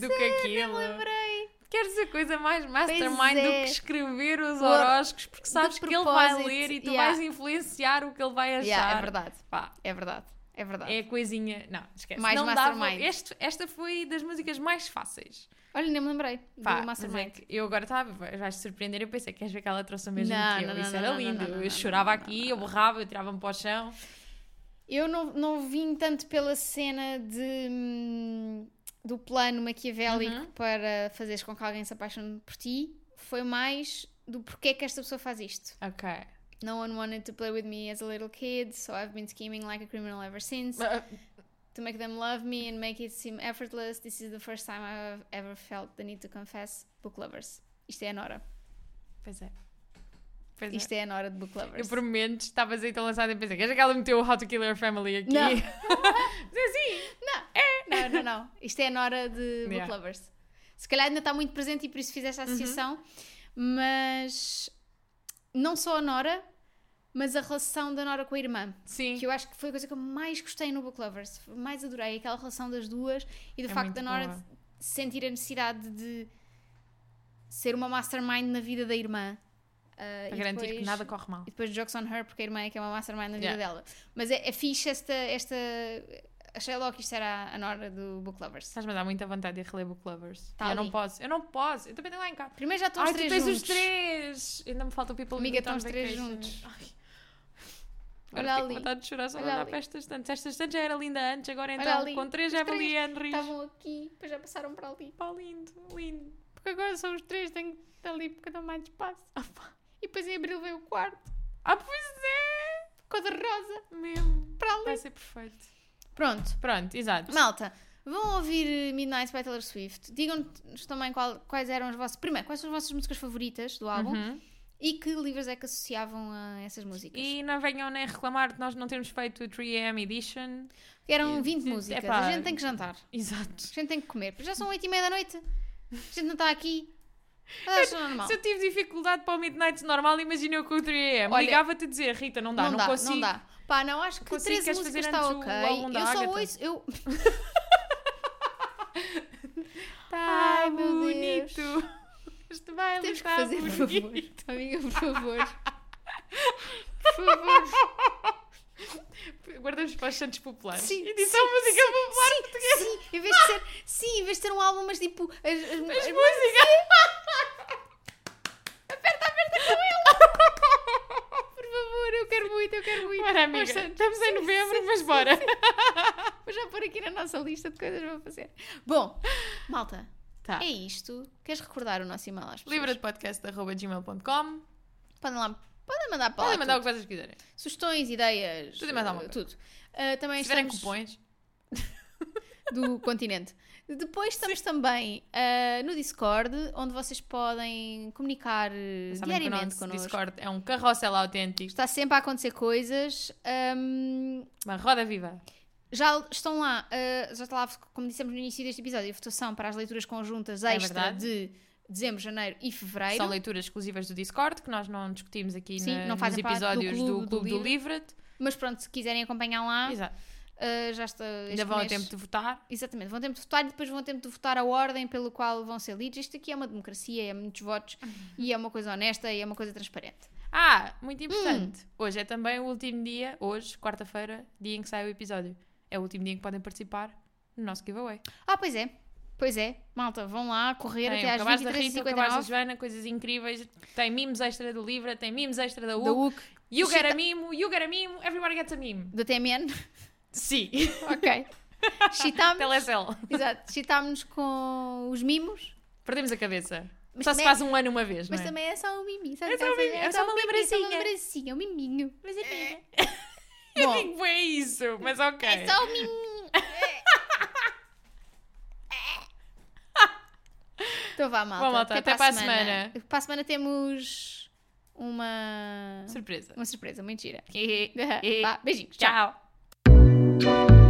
pois do que é, aquilo? Não lembrei. Queres a coisa mais mastermind do é. que escrever os O- horóscopos, porque sabes que ele vai propósito, ler e tu yeah. vais influenciar o que ele vai achar. Yeah, é verdade, Pá, é verdade, é verdade. é a coisinha. Não, esquece. Mais não mastermind. Dava... Este- esta foi das músicas mais fáceis. Olha, nem me lembrei Pá, do mas é Mastermind. que eu agora estava. Vais te surpreender. Eu pensei, queres ver que ela trouxe o mesmo Não, que eu? não, Isso não, era não, não, lindo. não, não, eu não, chorava não, aqui, não, eu borrava, eu tirava-me para o chão. Eu não, não vim tanto pela cena de, hum, do plano maquiavélico Uhum. para fazeres com que alguém se apaixone por ti, foi mais do porquê é que esta pessoa faz isto. Ok. No one wanted to play with me as a little kid, so I've been scheming like a criminal ever since. to make them love me and make it seem effortless. This is the first time I've ever felt the need to confess. Book lovers. Isto é a Nora. Pois é. Pois é. Isto é a Nora de Book lovers. Eu por momentos estavas aí tão lançada e pensei, queres que ela meteu o How to Kill Your Family aqui? Não. Mas assim, Não, não, não. Isto é a Nora de Book Yeah. lovers. Se calhar ainda está muito presente e por isso fiz esta associação. Uhum. Mas não só a Nora, mas a relação da Nora com a irmã. Sim. Que eu acho que foi a coisa que eu mais gostei no Book Lovers. Mais adorei aquela relação das duas e do É facto muito da Nora boa. sentir a necessidade de ser uma mastermind na vida da irmã. Ah, Para e garantir que depois- nada corre mal. E depois jokes on her, porque a irmã é que é uma mastermind na vida Yeah. dela. Mas é, é fixe esta, esta. Achei logo que isto era a Nora do Book Lovers. Estás-me a dar muita vontade de reler Book Lovers. Tá eu ali. não posso, eu não posso. Eu também tenho lá em casa. Primeiro já estão os Ai, tu três tens juntos. os três! Ainda me falta o People Amiga, Meet estão on os três Vacation. juntos. Ai. Olha Agora fico ali. com vontade de chorar só de Olha olhar ali. para estas tantas. Estas tantas já era linda antes, agora Olha então ali. com três Os já três valia Henry. Estavam aqui, depois já passaram para ali. Pá, lindo, lindo. Porque agora são os três, tenho que estar ali porque não há mais espaço. Ah, pá. E depois em abril veio o quarto, Ah, pois cor de rosa, é! Mesmo. para ali. Vai ser perfeito. Pronto. Pronto, exato. Malta, vão ouvir eh, Midnight by Taylor Swift. Digam-nos também qual- quais eram as vossas. Primeiro, quais são as vossas músicas favoritas do álbum Uhum. e que livros é que associavam a essas músicas. E não venham nem reclamar de nós não termos feito o 3AM Edition. Porque Eram e- 20 e- músicas. epá. A gente tem que jantar. Exato. A gente tem que comer. Porque já são 8 e meia da noite. A gente não está aqui. Mas acho normal. Se eu tive dificuldade para o Midnight normal, imagina eu com o 3AM. Olha- Ligava-te a dizer, Rita, não dá, não, consigo. não dá. Pá, não acho que consigo, 13 queres músicas fazer está antes o ok. álbum da Eu só Agatha? É um ouço. Eu... Tá Ai, meu bonito. Deus. Este baile Temos que está fazer, por bonito. favor. Amiga, por favor. Por favor. Guardamos para os Santos Populares. Sim, Edição música popular portuguesa. Sim, em vez de ser, sim, em vez de ser um álbum, mas tipo. As, as, Mas as- música. Aperta, aperta com ele! Por favor, eu quero muito, eu quero muito. Bora, amiga. Mas já- Estamos em novembro, mas bora. Vou já pôr aqui na nossa lista de coisas para fazer. Bom, malta, Tá. é isto. Queres recordar o nosso e-mail às pessoas? Livradepodcast.gmail.com Podem lá. Podem mandar para Podem lá mandar o tudo. que vocês quiserem. Se Sugestões, ideias. Tudo e mais eh, alguma coisa. Tudo. Ah, também tiverem estamos cupons, do continente. Depois estamos também ah, no Discord, onde vocês podem comunicar eh, sabem que o diariamente nosso connosco. Discord é um carrossel autêntico. Está sempre a acontecer coisas. hum, Uma roda viva. já estão lá, uh, já está lá, como dissemos no início deste episódio, a votação para as leituras conjuntas É extra verdade. de dezembro, janeiro e fevereiro. São leituras exclusivas do Discord, que nós não discutimos aqui Sim, na- não nos fazem parte do episódios Clube do do Clube do, Livro. Ah, Livret. Mas pronto, se quiserem acompanhar lá, Exato. uh, já está. este Ainda vão a mês. tempo de votar. Exatamente, vão a tempo de votar e depois vão a tempo de votar a ordem pelo qual vão ser lidos. Isto aqui é uma democracia, é muitos votos e é uma coisa honesta e é uma coisa transparente. Ah, muito Hum. importante. Hoje é também o último dia, hoje, quarta-feira, dia em que sai o episódio. É o último dia em que podem participar no nosso giveaway. Ah, pois é, pois é, malta, vão lá correr Tem um até o às Cabaz da Rita, o Cabaz da 23h59 Joana, coisas incríveis. Tem mimos extra do Livra, tem mimos extra da U. da UC, You get a Chita- mimo, you get a mimo, everybody gets a mimo. da TMN. Sim. Ok. Chitámos. Telecel. Exato, chitámos-nos com os mimos, Perdemos a cabeça. Mas só também- se faz um ano uma vez, mas não é? também é só um mimi. sabe? É só um mimi, é só uma mimi, é só uma lembrancinha. lembrancinha, um miminho. Mas é Eu Bom, digo, é isso, mas ok. é só um miminho. É. Então vá, malta. Bom, malta, até para a semana. Para a semana temos uma, Surpresa. uma surpresa, mentira. E- e- Vá, beijinhos. Tchau.